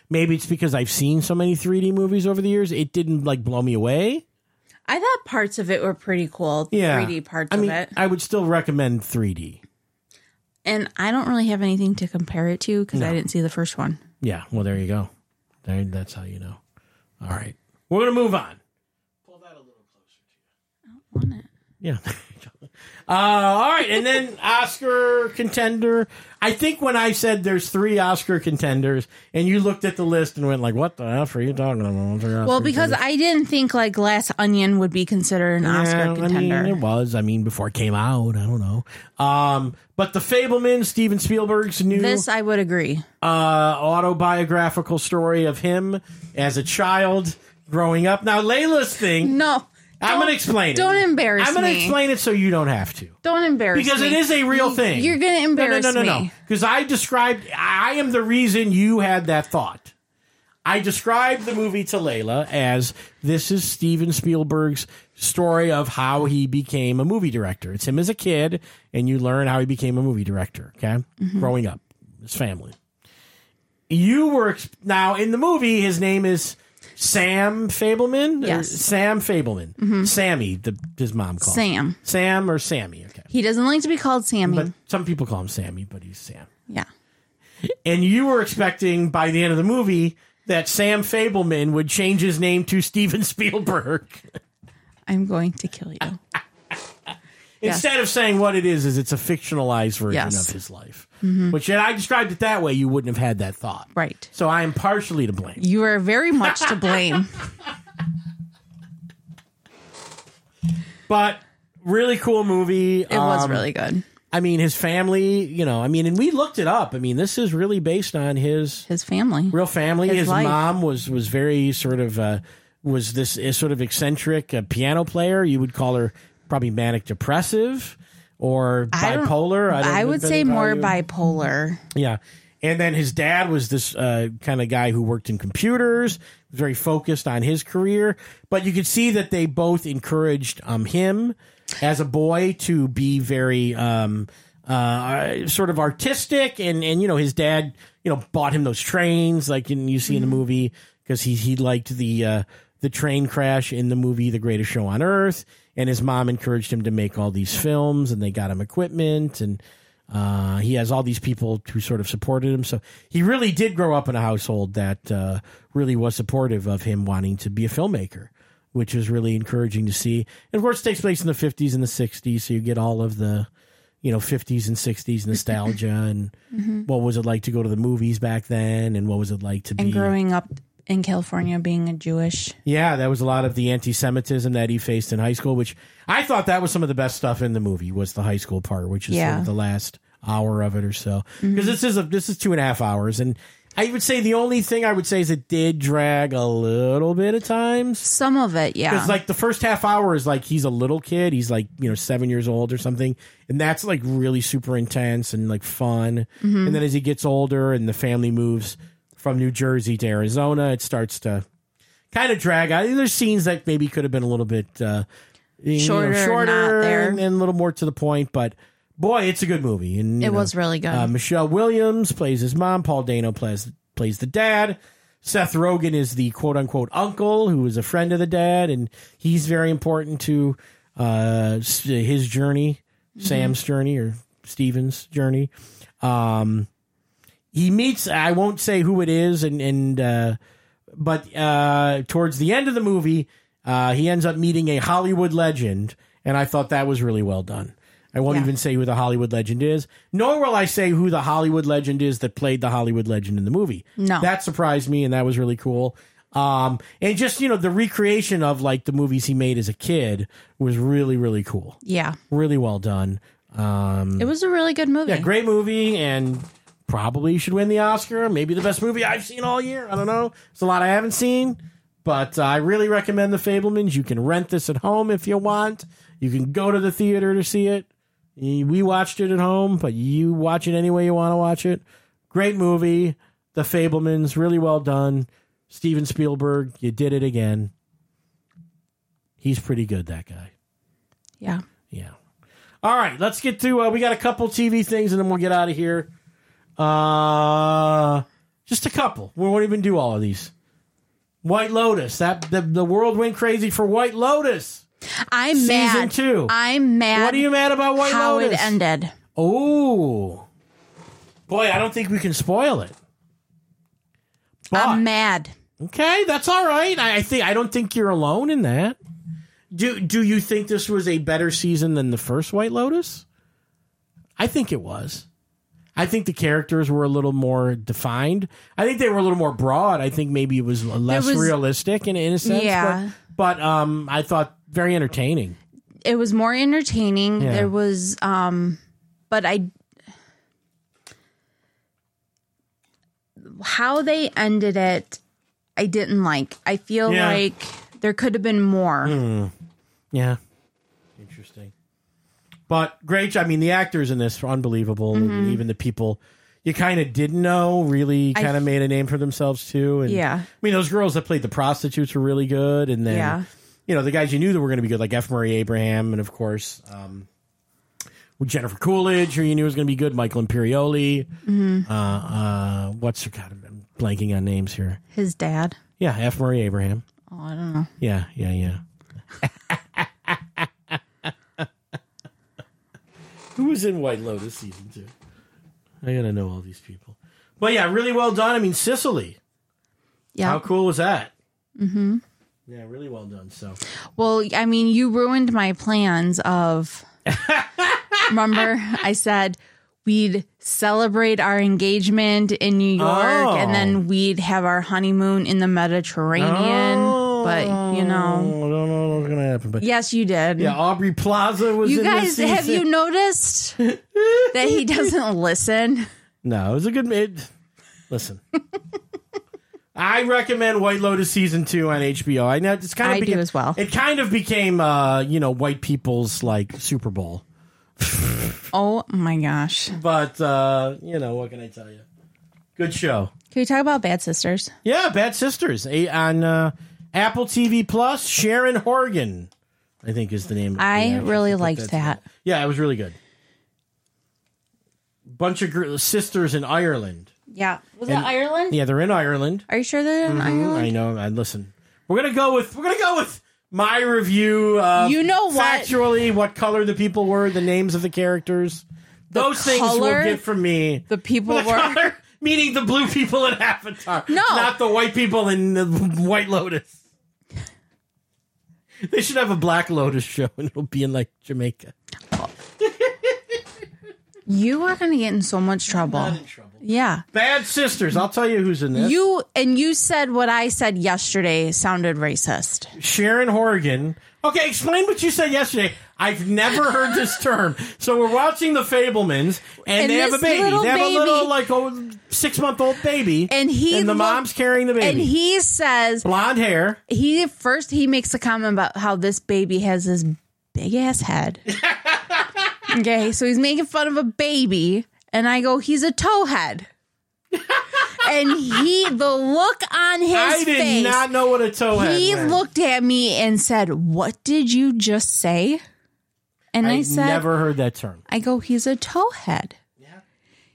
Speaker 1: maybe it's because I've seen so many 3D movies over the years. It didn't like blow me away.
Speaker 2: I thought parts of it were pretty cool. The
Speaker 1: Yeah,
Speaker 2: 3D parts
Speaker 1: I mean,
Speaker 2: of it.
Speaker 1: I would still recommend 3D.
Speaker 2: And I don't really have anything to compare it to because I didn't see the first one.
Speaker 1: Yeah. Well, there you go. There, that's how you know. All right, we're gonna move on.
Speaker 2: Want it?
Speaker 1: Yeah. uh, all right, and then Oscar contender. I think when I said there's three Oscar contenders, and you looked at the list and went like, "What the f are you talking about?"
Speaker 2: Well, because
Speaker 1: I
Speaker 2: I didn't think like Glass Onion would be considered an Oscar contender.
Speaker 1: I mean, it was. I mean, before it came out, I don't know. Um, but the Fableman, Steven Spielberg's new
Speaker 2: this I would agree.
Speaker 1: uh, autobiographical story of him as a child growing up. Now Layla's thing.
Speaker 2: No,
Speaker 1: I'm
Speaker 2: don't-
Speaker 1: gonna explain. it.
Speaker 2: Don't embarrass
Speaker 1: I'm gonna
Speaker 2: me.
Speaker 1: explain it so you don't have to.
Speaker 2: Don't embarrass
Speaker 1: because
Speaker 2: me.
Speaker 1: it is a real
Speaker 2: You-
Speaker 1: thing.
Speaker 2: You're gonna embarrass
Speaker 1: no, no, no, no,
Speaker 2: me.
Speaker 1: Because I described. I am the reason you had that thought. I described the movie to Layla as this is Steven Spielberg's story of how he became a movie director. It's him as a kid, and you learn how he became a movie director. Okay,
Speaker 2: Mm-hmm.
Speaker 1: growing up, his family. You were ex- now in the movie. His name is Sam Fableman. or
Speaker 2: Yes. Mm-hmm.
Speaker 1: Sam Fableman. Sammy, the, his mom called him.
Speaker 2: Sam.
Speaker 1: Sam or Sammy. Okay.
Speaker 2: He doesn't like to be called Sammy.
Speaker 1: But some people call him Sammy, but he's Sam.
Speaker 2: yeah.
Speaker 1: And you were expecting by the end of the movie that Sam Fableman would change his name to Steven Spielberg.
Speaker 2: I'm going to kill you.
Speaker 1: Instead of saying what it is, is it's a fictionalized version
Speaker 2: Yes. Mm-hmm.
Speaker 1: of his life. Which, had I described it that way, you wouldn't have had that thought.
Speaker 2: Right.
Speaker 1: So I am partially to blame.
Speaker 2: You are very much to blame.
Speaker 1: But really cool movie. Um,
Speaker 2: It was really good.
Speaker 1: I mean, his family, you know, I mean, and we looked it up. I mean, this is really based on his
Speaker 2: His family.
Speaker 1: real family. His,
Speaker 2: His life.
Speaker 1: mom was was very sort of uh, was this is sort of eccentric uh, piano player. You would call her probably manic depressive or
Speaker 2: I don't-
Speaker 1: bipolar. I, don't
Speaker 2: I
Speaker 1: know
Speaker 2: would
Speaker 1: if
Speaker 2: say
Speaker 1: anybody
Speaker 2: more
Speaker 1: would-
Speaker 2: bipolar.
Speaker 1: Yeah. And then his dad was this uh, kind of guy who worked in computers, was very focused on his career. But you could see that they both encouraged um, him as a boy to be very um, uh, sort of artistic. And, and, you know, his dad, you know, bought him those trains like in, you see in the movie because he, he liked the, uh, the train crash in the movie The Greatest Show on Earth. And his mom encouraged him to make all these films and they got him equipment and uh, he has all these people who sort of supported him. So he really did grow up in a household that uh, really was supportive of him wanting to be a filmmaker, which is really encouraging to see. And of course, it takes place in the 50s and the 60s. So you get all of the, you know, 50s and 60s nostalgia and what was it like to go to the movies back then and what was it like to be.
Speaker 2: And growing up in California, being a Jewish,
Speaker 1: Yeah, that was a lot of the anti-Semitism that he faced in high school, which I thought that was some of the best stuff in the movie was the high school part, which is sort
Speaker 2: Yeah.
Speaker 1: of the last hour of it or so. Because this is a this is two and a half hours, and I would say the only thing I would say is it did drag a little bit at times.
Speaker 2: some of it, yeah.
Speaker 1: Because like the first half hour is like he's a little kid, he's like you know seven years old or something, and that's like really super intense and like fun.
Speaker 2: Mm-hmm.
Speaker 1: And then as he gets older and the family moves from New Jersey to Arizona, it starts to kind of drag out. There's scenes that maybe could have been a little bit uh, you know,
Speaker 2: Shorter, not
Speaker 1: shorter
Speaker 2: there.
Speaker 1: And, and a little more to the point. But boy, it's a good movie. And you
Speaker 2: it
Speaker 1: know,
Speaker 2: was really good.
Speaker 1: uh, Michelle Williams plays his mom. Paul Dano plays plays the dad. Seth Rogen is the quote unquote uncle who is a friend of the dad, and he's very important to uh, s- his journey, Sam's journey or Steven's journey. Um, he meets I won't say who it is, and and uh, but uh, towards the end of the movie, uh, he ends up meeting a Hollywood legend, and I thought that was really well done. I won't
Speaker 2: Yeah.
Speaker 1: even say who the Hollywood legend is, nor will I say who the Hollywood legend is that played the Hollywood legend in the movie.
Speaker 2: No.
Speaker 1: that surprised me, and that was really cool. Um, and just you know, the recreation of like the movies he made as a kid was really really cool,
Speaker 2: yeah.
Speaker 1: really well done. Um,
Speaker 2: It was a really good movie.
Speaker 1: yeah, great movie and probably should win the Oscar. Maybe the best movie I've seen all year. I don't know. There's a lot I haven't seen, but uh, I really recommend The Fablemans. You can rent this at home if you want. You can go to the theater to see it. We watched it at home, but you watch it any way you want to watch it. Great movie. The Fablemans, really well done. Steven Spielberg, you did it again. He's pretty good, that guy.
Speaker 2: Yeah.
Speaker 1: Yeah. All right, let's get to. Uh, we got a couple TV things, and then we'll get out of here. Uh, just a couple. We won't even do all of these. White Lotus. That the, the world went crazy for White Lotus.
Speaker 2: I'm
Speaker 1: Season
Speaker 2: mad.
Speaker 1: two.
Speaker 2: I'm mad.
Speaker 1: What are you mad about White
Speaker 2: how
Speaker 1: Lotus?
Speaker 2: it ended.
Speaker 1: Oh, boy, I don't think we can spoil it. But-
Speaker 2: I'm mad.
Speaker 1: Okay, that's all right. I, I think I don't think you're alone in that. Do Do you think this was a better season than the first White Lotus? I think it was. I think the characters were a little more defined. I think they were a little more broad. I think maybe it was less
Speaker 2: was-
Speaker 1: realistic in, in a sense.
Speaker 2: Yeah.
Speaker 1: But, but um, I thought very entertaining.
Speaker 2: It was more entertaining.
Speaker 1: Yeah.
Speaker 2: There was um but I how they ended it I didn't like. I feel
Speaker 1: Yeah.
Speaker 2: like there could have been more.
Speaker 1: Yeah. Interesting. But great. job. I mean, the actors in this are unbelievable.
Speaker 2: Mm-hmm.
Speaker 1: And even the people you kind of didn't know really kind of made a name for themselves, too. And
Speaker 2: Yeah.
Speaker 1: I mean, those girls that played the prostitutes were really good. And then,
Speaker 2: Yeah.
Speaker 1: you know, the guys you knew that were going to be good, like F. Murray Abraham, and of course, um, with Jennifer Coolidge, who you knew was going to be good, Michael Imperioli.
Speaker 2: Mm-hmm.
Speaker 1: Uh, uh, what's her God? I'm blanking on names here.
Speaker 2: His dad.
Speaker 1: Yeah, F. Murray Abraham.
Speaker 2: Oh, I don't know.
Speaker 1: Yeah, yeah, yeah. Who was in White Lotus season two? I gotta know all these people. But yeah, really well done. I mean, Sicily.
Speaker 2: Yeah. Mm-hmm.
Speaker 1: How cool was that? Yeah, really well done. So
Speaker 2: Well, I mean, you ruined my plans of. remember, I said we'd celebrate our engagement in New York
Speaker 1: Oh.
Speaker 2: and then we'd have our honeymoon in the Mediterranean. But, you know.
Speaker 1: Oh, I don't know what's gonna happen. But yeah,
Speaker 2: Yes, you did.
Speaker 1: Aubrey Plaza was.
Speaker 2: You
Speaker 1: in this
Speaker 2: guys, have
Speaker 1: season.
Speaker 2: you noticed that he doesn't listen?
Speaker 1: No, it was a good mid. Listen, I recommend White Lotus season two on HBO. I know it's kind of
Speaker 2: I do
Speaker 1: became-
Speaker 2: as well.
Speaker 1: It kind of became, uh, you know, white people's like Super Bowl.
Speaker 2: Oh my gosh.
Speaker 1: But uh, you know, what can I tell you? Good show.
Speaker 2: Can we talk about Bad Sisters?
Speaker 1: Yeah, Bad Sisters eh, on uh, Apple TV Plus. Sharon Horgan, I think, is the name. of the
Speaker 2: I
Speaker 1: actress
Speaker 2: really
Speaker 1: who put
Speaker 2: liked
Speaker 1: together.
Speaker 2: that.
Speaker 1: Yeah, it was really good. Bunch of gr- sisters in Ireland.
Speaker 2: Yeah. Was
Speaker 1: And- Mm-hmm.
Speaker 2: it Ireland?
Speaker 1: Yeah, they're in Ireland.
Speaker 2: Are you sure they're in Ireland?
Speaker 1: I know. I listen. We're gonna go with we're gonna go with my review. Of
Speaker 2: You know what?
Speaker 1: Factually, what color the people were, the names of the characters. Those things
Speaker 2: color?
Speaker 1: will get from me.
Speaker 2: The people were.
Speaker 1: color, meaning the blue people in Avatar.
Speaker 2: No.
Speaker 1: not the white people in the White Lotus. They should have a Black Lotus show, and it'll be in like Jamaica.
Speaker 2: You are going to get in so much trouble.
Speaker 1: Not in trouble.
Speaker 2: Yeah.
Speaker 1: Bad Sisters. I'll tell you who's in this.
Speaker 2: You and you said what I said yesterday sounded racist.
Speaker 1: Sharon Horgan. Okay, explain what you said yesterday. I've never heard this term. So we're watching the Fablemans, and,
Speaker 2: And
Speaker 1: they have a
Speaker 2: this
Speaker 1: baby. They
Speaker 2: little
Speaker 1: have a little
Speaker 2: baby-
Speaker 1: like a six month old baby,
Speaker 2: And he
Speaker 1: and the
Speaker 2: look-
Speaker 1: mom's carrying the baby.
Speaker 2: And he says
Speaker 1: Blonde hair.
Speaker 2: he first he makes a comment about how this baby has this big ass head. okay, so he's making fun of a baby, and I go, he's a towhead. and he, the look on his
Speaker 1: I did
Speaker 2: face,
Speaker 1: not know what a towhead.
Speaker 2: he
Speaker 1: meant.
Speaker 2: looked at me and said, "What did you just say?" And I,
Speaker 1: I
Speaker 2: said,
Speaker 1: never heard that term.
Speaker 2: I go, he's a towhead. Yeah.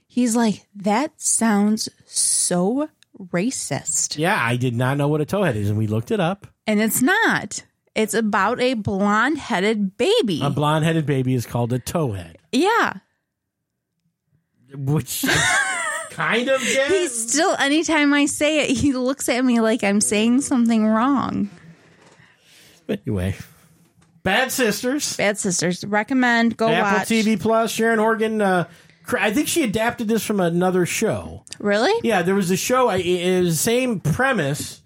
Speaker 2: He's like, that sounds so racist.
Speaker 1: Yeah, I did not know what a towhead is, and we looked it up.
Speaker 2: And it's not. It's about a blonde headed baby.
Speaker 1: A blonde headed baby is called a towhead,
Speaker 2: yeah.
Speaker 1: which kind of gets.
Speaker 2: He's still, anytime I say it, he looks at me like I'm saying something wrong.
Speaker 1: anyway, Bad Sisters.
Speaker 2: Bad Sisters, recommend, go
Speaker 1: Apple
Speaker 2: watch.
Speaker 1: TV Plus. Sharon Horgan. Uh, cr- I think she adapted this from another show.
Speaker 2: Really?
Speaker 1: Yeah, there was a show. I- It was the same premise,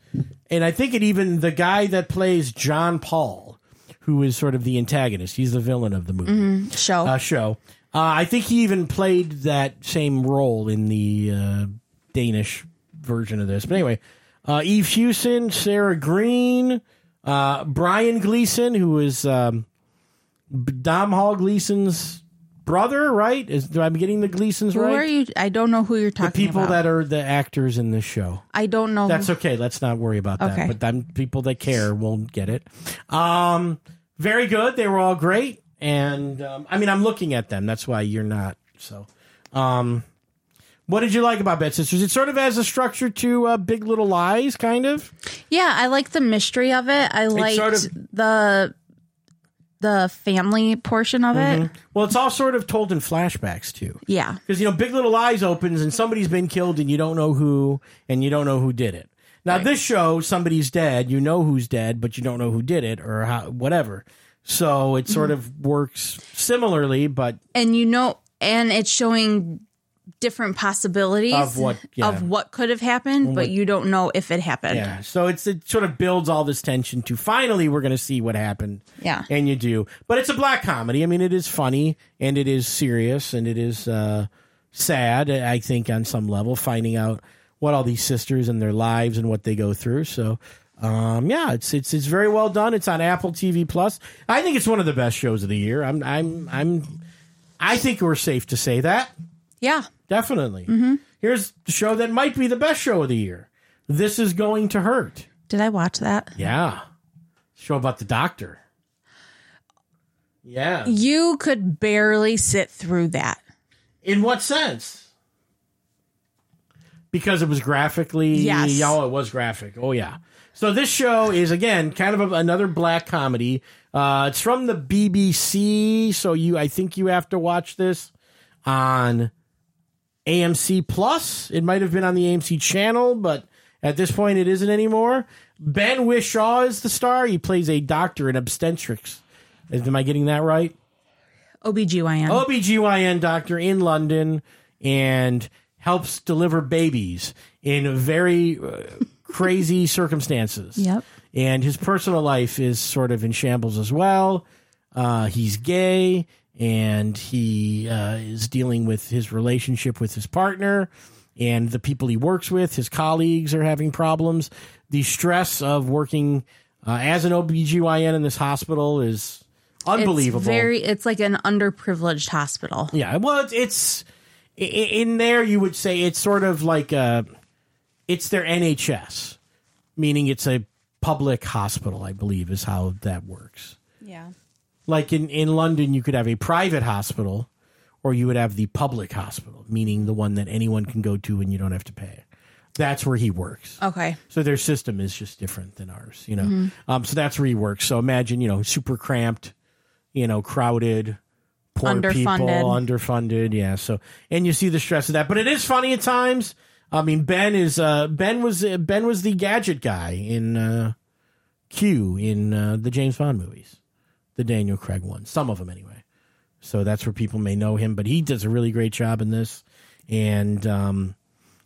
Speaker 1: and I think it even the guy that plays John Paul, who is sort of the antagonist. He's the villain of the movie
Speaker 2: Show.
Speaker 1: uh, show. Uh, I think he even played that same role in the uh, Danish version of this. But anyway, uh, Eve Hewson, Sarah Green, uh, Brian Gleason, who is um, B- Dom Hall Gleason's brother, right? Is, do I am getting the Gleasons
Speaker 2: who
Speaker 1: right?
Speaker 2: are you? I don't know who you're talking
Speaker 1: People
Speaker 2: about.
Speaker 1: that are the actors in this show.
Speaker 2: I don't know.
Speaker 1: That's
Speaker 2: who-
Speaker 1: okay. Let's not worry about that.
Speaker 2: Okay.
Speaker 1: But then people that care won't get it. Um, very good. They were all great, and um, I mean, I'm looking at them. That's why you're not. So, um, what did you like about Bad Sisters? It sort of has a structure to uh, Big Little Lies, kind of.
Speaker 2: yeah, I like the mystery of it. I liked
Speaker 1: sort of-
Speaker 2: the the family portion of it.
Speaker 1: Well, it's all sort of told in flashbacks too.
Speaker 2: Yeah.
Speaker 1: Because you know, Big Little Lies opens and somebody's been killed and you don't know who and you don't know who did it. Now this show, somebody's dead. You know who's dead, but you don't know who did it or how, whatever. So it sort of works similarly, but
Speaker 2: and you know and it's showing different possibilities
Speaker 1: Of what- yeah.
Speaker 2: of what could have happened but you don't know if it happened
Speaker 1: yeah. So it's it sort of builds all this tension to finally we're going to see what happened.
Speaker 2: Yeah.
Speaker 1: and you do, but it's a black comedy. I mean, it is funny and it is serious and it is uh, sad. I think on some level, finding out what all these sisters and their lives and what they go through. So. Um, yeah, it's it's it's very well done. It's on Apple TV Plus. I think it's one of the best shows of the year. I'm I'm I'm I think we're safe to say that.
Speaker 2: yeah
Speaker 1: Definitely. Here's the show that might be the best show of the year. This is going to hurt.
Speaker 2: did i watch that
Speaker 1: Yeah. Show about the doctor. Yeah.
Speaker 2: you could barely sit through that
Speaker 1: In what sense? Because it was graphically.
Speaker 2: Yes.
Speaker 1: Oh, it was graphic. Oh, yeah. So this show is, again, kind of a, another black comedy. Uh, it's from the BBC. So you, I think you have to watch this on AMC Plus. It might have been on the AMC channel, but At this point, it isn't anymore. Ben Wishaw is the star. He plays a doctor in obstetrics. Is- Am I getting that right?
Speaker 2: OBGYN.
Speaker 1: Oh. OBGYN doctor in London and helps deliver babies in very uh, crazy circumstances.
Speaker 2: Yep.
Speaker 1: And his personal life is sort of in shambles as well. Uh, he's gay and he uh, is dealing with his relationship with his partner and the people he works with. His colleagues are having problems. The stress of working uh, as an OBGYN in this hospital is unbelievable.
Speaker 2: It's very. It's like an underprivileged hospital.
Speaker 1: Yeah, well, it's, it's i- i- in there. You would say it's sort of like a, it's their NHS, meaning it's a public hospital. I believe is how that works.
Speaker 2: Yeah.
Speaker 1: Like in in London, you could have a private hospital, or you would have the public hospital, meaning the one that anyone can go to and you don't have to pay. That's where he works.
Speaker 2: Okay.
Speaker 1: So their system is just different than ours, you know. Um, so that's where he works. So imagine, you know, super cramped, you know, crowded, poor people,
Speaker 2: Underfunded.
Speaker 1: underfunded. Yeah. So and you see the stress of that, but it is funny at times. I mean, Ben is uh, Ben was uh, Ben was the gadget guy in uh, Q in uh, the James Bond movies, the Daniel Craig ones, some of them anyway. So that's where people may know him, but he does a really great job in this, and um,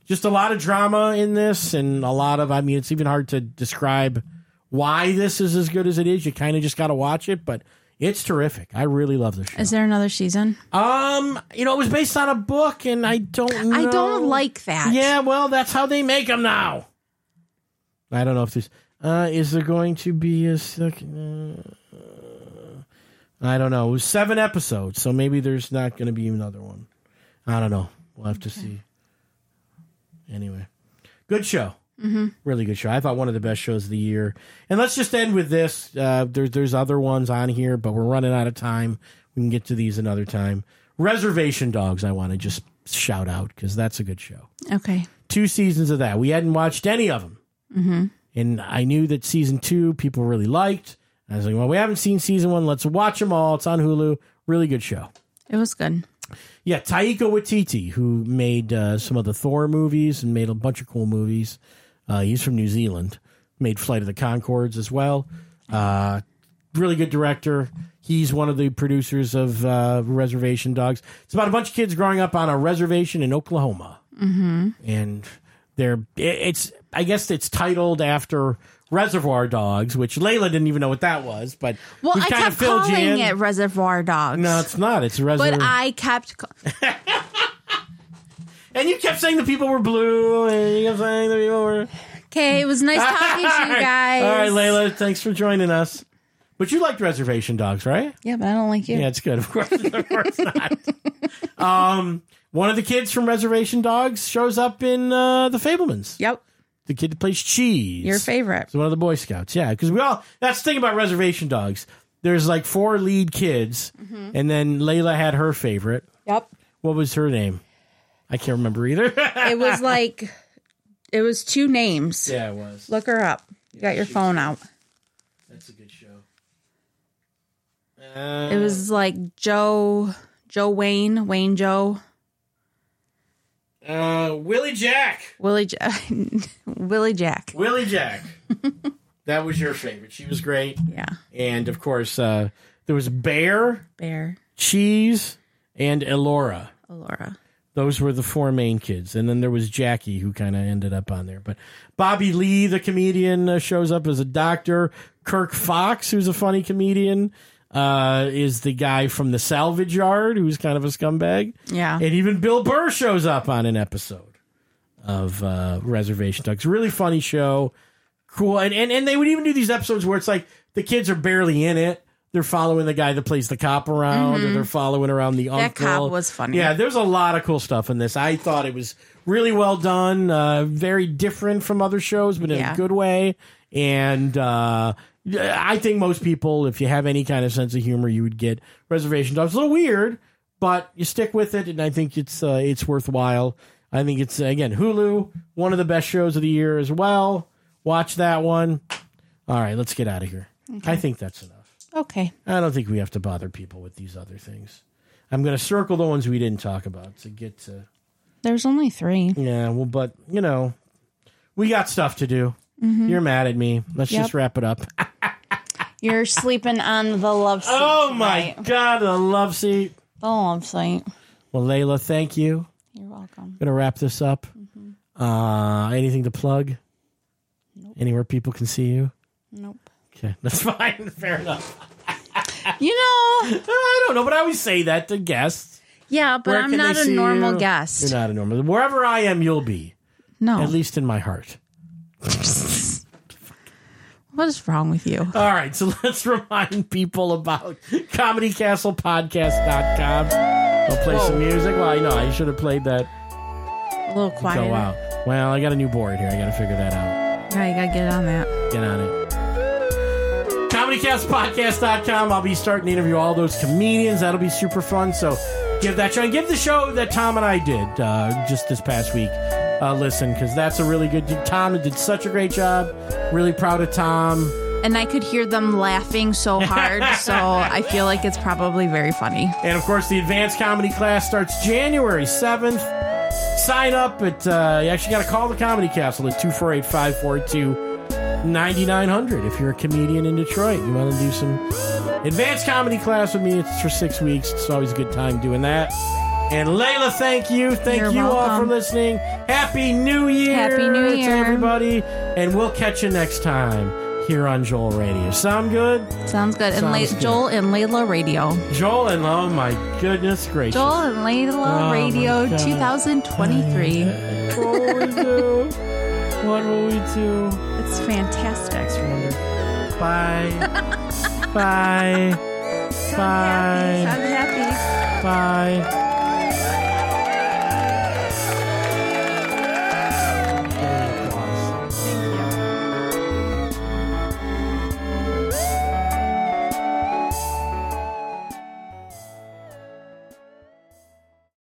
Speaker 1: just a lot of drama in this and a lot of i mean it's even hard to describe why this is as good as it is you kind of just got to watch it but it's terrific i really love this show
Speaker 2: Is there another season?
Speaker 1: um you know it was based on a book and i don't know.
Speaker 2: I don't like that.
Speaker 1: yeah well that's how they make them now i don't know if there's uh is there going to be a second uh, i don't know it was seven episodes so maybe there's not going to be another one i don't know we'll have to see anyway good show mm-hmm. really good show i thought one of the best shows of the year and let's just end with this uh, there, there's other ones on here but we're running out of time we can get to these another time reservation dogs i want to just shout out because that's a good show
Speaker 2: Okay.
Speaker 1: two seasons of that we hadn't watched any of them mm-hmm. and i knew that season two people really liked i was like well we haven't seen season one let's watch them all it's on hulu really good show
Speaker 2: It was good.
Speaker 1: yeah, Taika Waititi, who made uh, some of the Thor movies and made a bunch of cool movies. Uh, he's from New Zealand. Made Flight of the Concords as well. Uh, really good director. He's one of the producers of uh, Reservation Dogs. It's about a bunch of kids growing up on a reservation in Oklahoma, mm-hmm. and they're it- it's I guess it's titled after Reservoir Dogs, which Layla didn't even know what that was, but
Speaker 2: Well,
Speaker 1: we've
Speaker 2: I
Speaker 1: kinda
Speaker 2: kept
Speaker 1: filled you
Speaker 2: calling
Speaker 1: in.
Speaker 2: it Reservoir Dogs.
Speaker 1: No, it's not. It's Reservoir.
Speaker 2: but I kept. ca-
Speaker 1: And you kept saying the people were blue, and you kept saying the people were.
Speaker 2: Okay, it was nice talking to you guys.
Speaker 1: All right, Layla, thanks for joining us. But you liked Reservation Dogs, right?
Speaker 2: Yeah, but I don't like you.
Speaker 1: Yeah, it's good. Of course, of course not. Um, one of the kids from Reservation Dogs shows up in uh, the Fablemans.
Speaker 2: Yep.
Speaker 1: The kid that plays Cheese.
Speaker 2: Your favorite.
Speaker 1: It's one of the Boy Scouts, yeah. Because we all that's the thing about Reservation Dogs. There's like four lead kids,
Speaker 2: Mm-hmm.
Speaker 1: and then Layla had her favorite.
Speaker 2: Yep.
Speaker 1: What was her name? I can't remember either.
Speaker 2: It was like, it was two names.
Speaker 1: yeah, it was.
Speaker 2: Look her up. You got your phone out.
Speaker 1: That's a good show.
Speaker 2: It
Speaker 1: Uh,
Speaker 2: was like Joe, Joe Wayne, Wayne Joe,
Speaker 1: Uh, Willie Jack.
Speaker 2: Willie, J- Willie Jack.
Speaker 1: Willie Jack. that was your favorite. She was great.
Speaker 2: Yeah,
Speaker 1: And of course, uh, there was Bear,
Speaker 2: Bear,
Speaker 1: Cheese, and Elora.
Speaker 2: Alora.
Speaker 1: Those were the four main kids. And then there was Jackie, who kind of ended up on there. But Bobby Lee, the comedian, uh, shows up as a doctor. Kirk Fox, who's a funny comedian, uh, is the guy from the salvage yard, who's kind of a scumbag.
Speaker 2: Yeah.
Speaker 1: And even Bill Burr shows up on an episode of uh, Reservation Dogs. Really funny show. Cool. And, and and they would even do these episodes where it's like the kids are barely in it. They're following the guy that plays the cop around, or they're following around the
Speaker 2: Mm-hmm. That
Speaker 1: uncle.
Speaker 2: cop was funny.
Speaker 1: Yeah, there's a lot of cool stuff in this. I thought it was really well done, uh, very different from other shows, but in a
Speaker 2: Yeah.
Speaker 1: good way. And uh, I think most people, if you have any kind of sense of humor, you would get Reservation Dogs. A little weird, but you stick with it, and I think it's uh, it's worthwhile. I think it's again Hulu, one of the best shows of the year as well. Watch that one. All right, let's get out of here. I think that's enough.
Speaker 2: Okay.
Speaker 1: I don't think we have to bother people with these other things. I'm going to circle the ones we didn't talk about to get to.
Speaker 2: There's only three.
Speaker 1: Yeah, well, but you know, We got stuff to do. You're mad at me. Let's
Speaker 2: Mm-hmm. Yep.
Speaker 1: just wrap it up.
Speaker 2: You're sleeping on the love seat.
Speaker 1: Oh my
Speaker 2: tonight.
Speaker 1: God, the love seat.
Speaker 2: The love seat.
Speaker 1: Well, Layla, thank you.
Speaker 2: You're welcome.
Speaker 1: Gonna wrap this up.
Speaker 2: Mm-hmm.
Speaker 1: Uh, anything to plug? Anywhere people can see you?
Speaker 2: Nope.
Speaker 1: Okay, that's fine. Fair enough.
Speaker 2: You know,
Speaker 1: I don't know, but I always say that to guests.
Speaker 2: yeah, but
Speaker 1: Where
Speaker 2: I'm
Speaker 1: can
Speaker 2: not
Speaker 1: they
Speaker 2: a
Speaker 1: see
Speaker 2: normal
Speaker 1: you?
Speaker 2: guest.
Speaker 1: You're not a normal. Wherever I am, you'll be.
Speaker 2: no.
Speaker 1: At least in my heart.
Speaker 2: what is wrong with you?
Speaker 1: All right, so let's remind people about comedycastlepodcast.com. I'll play some music. Well, I know I should have played that.
Speaker 2: A little quiet.
Speaker 1: Go out. Well, I got a new board here. I got to figure that out.
Speaker 2: Yeah, you gotta get on that.
Speaker 1: Get on it. ComedyCastPodcast.com. I'll be starting to interview all those comedians. That'll be super fun. So give that try. And give the show that Tom and I did uh, just this past week. Uh, listen, because that's a really good. Tom did such a great job. Really proud of Tom.
Speaker 2: And I could hear them laughing so hard, so I feel like it's probably very funny.
Speaker 1: And of course, the advanced comedy class starts January 7th. Sign up at, uh, you actually got to call the Comedy Castle at 248 542 9900 if you're a comedian in Detroit. You want to do some advanced comedy class with me. It's for six weeks. It's always a good time doing that. And Layla, thank you. Thank
Speaker 2: You're
Speaker 1: you all for
Speaker 2: welcome.
Speaker 1: listening. Happy New Year.
Speaker 2: Happy New
Speaker 1: to
Speaker 2: Year.
Speaker 1: everybody. And we'll catch you next time here on Joel Radio. Sound good?
Speaker 2: Sounds good. and
Speaker 1: Sounds
Speaker 2: La-
Speaker 1: good.
Speaker 2: Joel and Layla Radio.
Speaker 1: Joel and oh my goodness gracious.
Speaker 2: Joel and Layla
Speaker 1: Oh my
Speaker 2: Radio
Speaker 1: God.
Speaker 2: 2023.
Speaker 1: What will we do? What will we do?
Speaker 2: It's fantastic.
Speaker 1: Bye. Bye. Bye.
Speaker 2: happy.
Speaker 1: Bye.